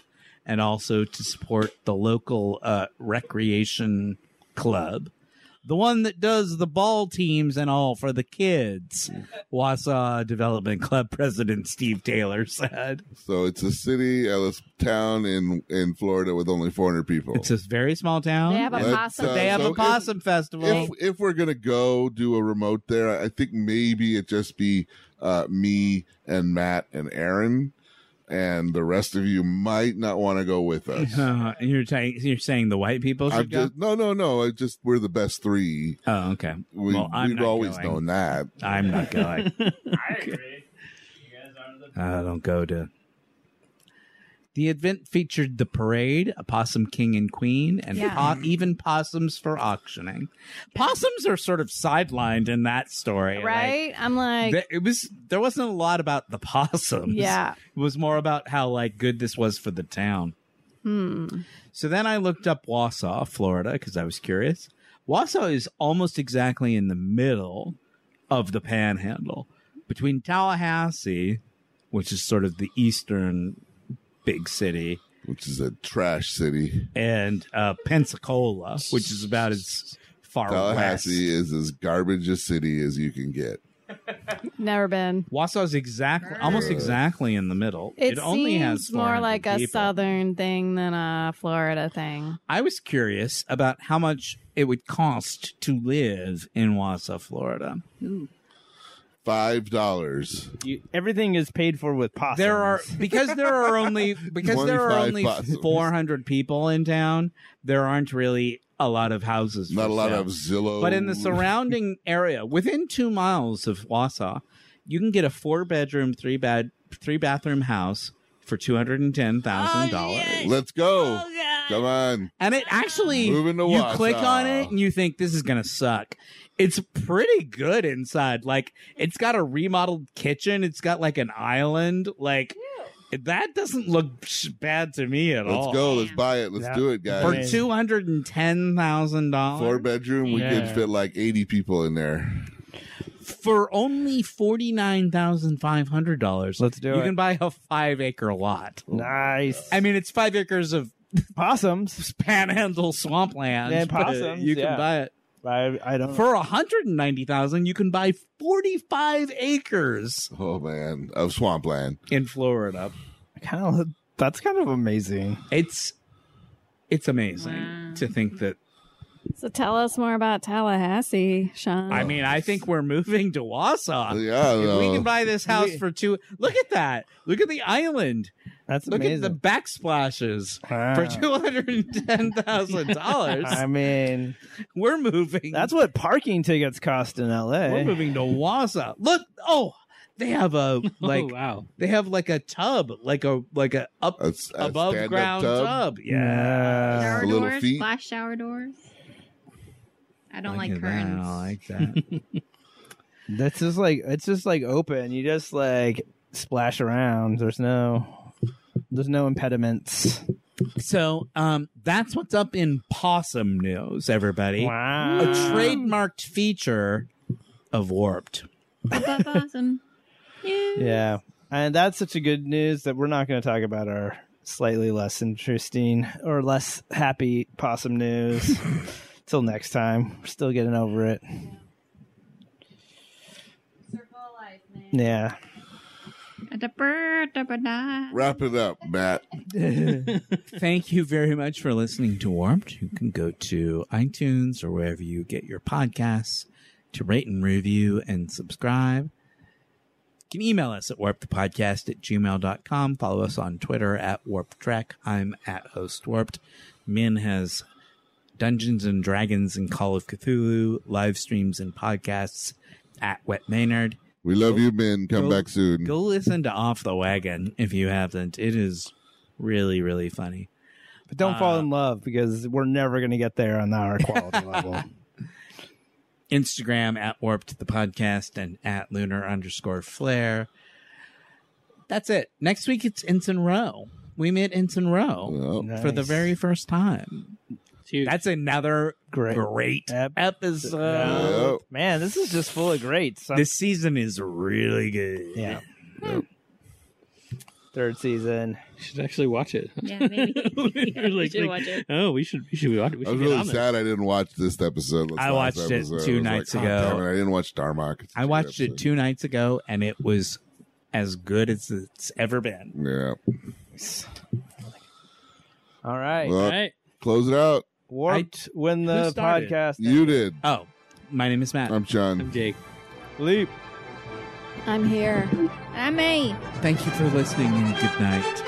[SPEAKER 6] and also to support the local uh, recreation club. The one that does the ball teams and all for the kids, Wausau Development Club President Steve Taylor said.
[SPEAKER 2] So it's a city, a town in in Florida with only 400 people.
[SPEAKER 6] It's a very small town.
[SPEAKER 8] They have a
[SPEAKER 2] Let's,
[SPEAKER 8] possum.
[SPEAKER 2] uh,
[SPEAKER 6] They have
[SPEAKER 2] so
[SPEAKER 6] a possum festival.
[SPEAKER 2] if if we're gonna go do a remote there, I think maybe it just be uh, me and Matt and Aaron, and the rest of you might not want to go with us.
[SPEAKER 6] Uh, you're, ta- you're saying the white people should
[SPEAKER 2] I'm
[SPEAKER 6] go?
[SPEAKER 2] just, no, no, no. I just we're the best three.
[SPEAKER 6] oh, okay.
[SPEAKER 2] We,
[SPEAKER 6] Well, I'm
[SPEAKER 2] we've
[SPEAKER 6] not
[SPEAKER 2] always
[SPEAKER 6] going.
[SPEAKER 2] known that.
[SPEAKER 6] I'm not going.
[SPEAKER 9] I agree. You guys are the
[SPEAKER 6] I don't go to. The event featured the parade, a possum king and queen, and
[SPEAKER 8] Yeah.
[SPEAKER 6] po- even possums for auctioning. Possums are sort of sidelined in that story, like,
[SPEAKER 8] right? I'm like,
[SPEAKER 6] th- it was there wasn't a lot about the possums.
[SPEAKER 8] yeah.
[SPEAKER 6] it was more about how like good this was for the town.
[SPEAKER 8] Hmm.
[SPEAKER 6] So then I looked up Wausau, Florida, because I was curious. Wausau is almost exactly in the middle of the panhandle between Tallahassee, which is sort of the eastern big city,
[SPEAKER 2] Which is a trash city.
[SPEAKER 6] and uh, Pensacola, which is about as far
[SPEAKER 2] Tallahassee
[SPEAKER 6] west.
[SPEAKER 2] is as garbage a city as you can get.
[SPEAKER 8] Never been.
[SPEAKER 6] Wausau is exactly, almost exactly in the middle.
[SPEAKER 8] It,
[SPEAKER 6] only has
[SPEAKER 8] seems more
[SPEAKER 6] 400
[SPEAKER 8] like a
[SPEAKER 6] people.
[SPEAKER 8] southern thing than a Florida thing.
[SPEAKER 6] I was curious about how much it would cost to live in Wausau, Florida.
[SPEAKER 2] Five dollars.
[SPEAKER 9] You, everything is paid for with possums.
[SPEAKER 6] There are because there are only because there are
[SPEAKER 2] 25
[SPEAKER 6] only
[SPEAKER 2] possums.
[SPEAKER 6] 400 people in town. There aren't really a lot of houses.
[SPEAKER 2] Not
[SPEAKER 6] for
[SPEAKER 2] a lot
[SPEAKER 6] sale.
[SPEAKER 2] of Zillow.
[SPEAKER 6] But in the surrounding area, within two miles of Wausau, you can get a four bedroom, three bed, three bathroom house for two hundred and ten thousand dollars.
[SPEAKER 2] Let's go.
[SPEAKER 10] Oh,
[SPEAKER 2] Come on.
[SPEAKER 6] And it actually
[SPEAKER 2] Moving to
[SPEAKER 6] you click
[SPEAKER 2] Wausau.
[SPEAKER 6] on it and you think this is gonna suck. It's pretty good inside. Like it's got a remodeled kitchen. It's got like an island. Like that doesn't look sh- bad to me at all.
[SPEAKER 2] Let's go. Let's buy it. Let's
[SPEAKER 9] Yeah.
[SPEAKER 2] do it, guys.
[SPEAKER 6] For two hundred and ten thousand
[SPEAKER 2] Four
[SPEAKER 6] dollars
[SPEAKER 2] bedroom, we could
[SPEAKER 9] Yeah.
[SPEAKER 2] fit like 80 people in there.
[SPEAKER 6] for only forty nine thousand five hundred dollars.
[SPEAKER 9] Let's do
[SPEAKER 6] You
[SPEAKER 9] it.
[SPEAKER 6] can buy a five acre lot.
[SPEAKER 9] nice
[SPEAKER 6] I mean, it's five acres of
[SPEAKER 9] possums.
[SPEAKER 6] panhandle swampland.
[SPEAKER 9] Yeah,
[SPEAKER 6] but, uh,
[SPEAKER 9] possums,
[SPEAKER 6] you can
[SPEAKER 9] yeah.
[SPEAKER 6] buy it
[SPEAKER 9] I, I don't.
[SPEAKER 6] for hundred and ninety thousand. You can buy forty five acres
[SPEAKER 2] Oh man, of swampland.
[SPEAKER 6] in Florida.
[SPEAKER 9] kind of. That's kind of amazing.
[SPEAKER 6] It's it's amazing
[SPEAKER 10] Wow.
[SPEAKER 6] to think that
[SPEAKER 8] So tell us more about Tallahassee, Sean.
[SPEAKER 6] I mean, I think we're moving to Wausau.
[SPEAKER 2] Yeah,
[SPEAKER 6] If we
[SPEAKER 2] though.
[SPEAKER 6] can buy this house
[SPEAKER 9] We-
[SPEAKER 6] for two. Look at that. Look at the island.
[SPEAKER 9] That's
[SPEAKER 6] Look
[SPEAKER 9] amazing. Uh,
[SPEAKER 6] at the backsplashes
[SPEAKER 9] Wow.
[SPEAKER 6] for two hundred and ten thousand dollars.
[SPEAKER 9] I mean,
[SPEAKER 6] We're moving.
[SPEAKER 9] that's what parking tickets cost in LA.
[SPEAKER 6] we're moving to Wausau. Look, oh, they have a like
[SPEAKER 4] oh, wow.
[SPEAKER 6] they have like a tub, like a like a up
[SPEAKER 2] A s- a
[SPEAKER 6] above
[SPEAKER 2] stand-up
[SPEAKER 6] ground tub.
[SPEAKER 2] tub?
[SPEAKER 6] Yeah.
[SPEAKER 10] shower
[SPEAKER 2] Little
[SPEAKER 10] doors,
[SPEAKER 2] feet.
[SPEAKER 10] glass shower doors. I don't
[SPEAKER 6] Look
[SPEAKER 10] like
[SPEAKER 6] at that.
[SPEAKER 10] curtains.
[SPEAKER 6] I like that.
[SPEAKER 9] That's just like it's just like open. You just like splash around. There's no there's no impediments.
[SPEAKER 6] so, um, that's what's up in possum news, everybody.
[SPEAKER 9] Wow.
[SPEAKER 6] A trademarked feature of Warped.
[SPEAKER 10] That's awesome.
[SPEAKER 9] Yeah. And that's such a good news that we're not going to talk about our slightly less interesting or less happy possum news till next time. We're still getting over it. Yeah.
[SPEAKER 2] Wrap it up, Matt.
[SPEAKER 6] Thank you very much for listening to Warped. You can go to iTunes or wherever you get your podcasts to rate and review and subscribe. You can email us at warpedpodcast at gmail.com. Follow us on Twitter at warpedtrek. I'm at host warped. Min has Dungeons and Dragons and Call of Cthulhu live streams and podcasts at Wet Maynard.
[SPEAKER 2] We love you, Ben. Come
[SPEAKER 6] Go-
[SPEAKER 2] back soon.
[SPEAKER 6] Go listen to Off the Wagon if you haven't. It is really, really funny.
[SPEAKER 9] But don't fall
[SPEAKER 6] Uh,
[SPEAKER 9] in love because we're never going to get there on our quality level.
[SPEAKER 6] Instagram at warped the podcast and at lunar underscore flare. That's it. Next week it's Ensign Row. We met Ensign Row
[SPEAKER 2] Well,
[SPEAKER 6] for the
[SPEAKER 9] Nice.
[SPEAKER 6] very first time.
[SPEAKER 4] Dude,
[SPEAKER 6] That's another
[SPEAKER 9] great.
[SPEAKER 6] great
[SPEAKER 9] Ep-
[SPEAKER 6] episode.
[SPEAKER 9] Yeah.
[SPEAKER 2] yep.
[SPEAKER 9] Man, this is just full of greats. I'm-
[SPEAKER 6] This season is really good.
[SPEAKER 9] yeah. Third season.
[SPEAKER 4] you should actually watch it.
[SPEAKER 10] Yeah, maybe.
[SPEAKER 4] We were
[SPEAKER 10] We
[SPEAKER 4] like-
[SPEAKER 10] should watch it.
[SPEAKER 4] Oh, we should we should watch it. We
[SPEAKER 2] I was
[SPEAKER 4] should get
[SPEAKER 2] really
[SPEAKER 4] on this.
[SPEAKER 2] sad I didn't watch this episode. This
[SPEAKER 6] I
[SPEAKER 2] last
[SPEAKER 6] watched it
[SPEAKER 2] episode.
[SPEAKER 6] two
[SPEAKER 2] I was
[SPEAKER 6] nights
[SPEAKER 2] "God
[SPEAKER 6] ago."
[SPEAKER 2] damn it, I didn't watch Darmok. It's a
[SPEAKER 6] I
[SPEAKER 2] good
[SPEAKER 6] watched it
[SPEAKER 2] episode.
[SPEAKER 6] two nights ago and it was as good as it's ever been.
[SPEAKER 2] Yeah.
[SPEAKER 9] All right.
[SPEAKER 2] Well,
[SPEAKER 4] All right.
[SPEAKER 2] close it out.
[SPEAKER 9] Warped when the
[SPEAKER 6] started?
[SPEAKER 9] podcast
[SPEAKER 2] You did.
[SPEAKER 6] Oh, my name is Matt.
[SPEAKER 9] Um,
[SPEAKER 2] I'm
[SPEAKER 4] I'm
[SPEAKER 2] John.
[SPEAKER 4] Jake.
[SPEAKER 9] leap.
[SPEAKER 8] I'm here.
[SPEAKER 10] I'm a.
[SPEAKER 6] Thank you for listening and good night.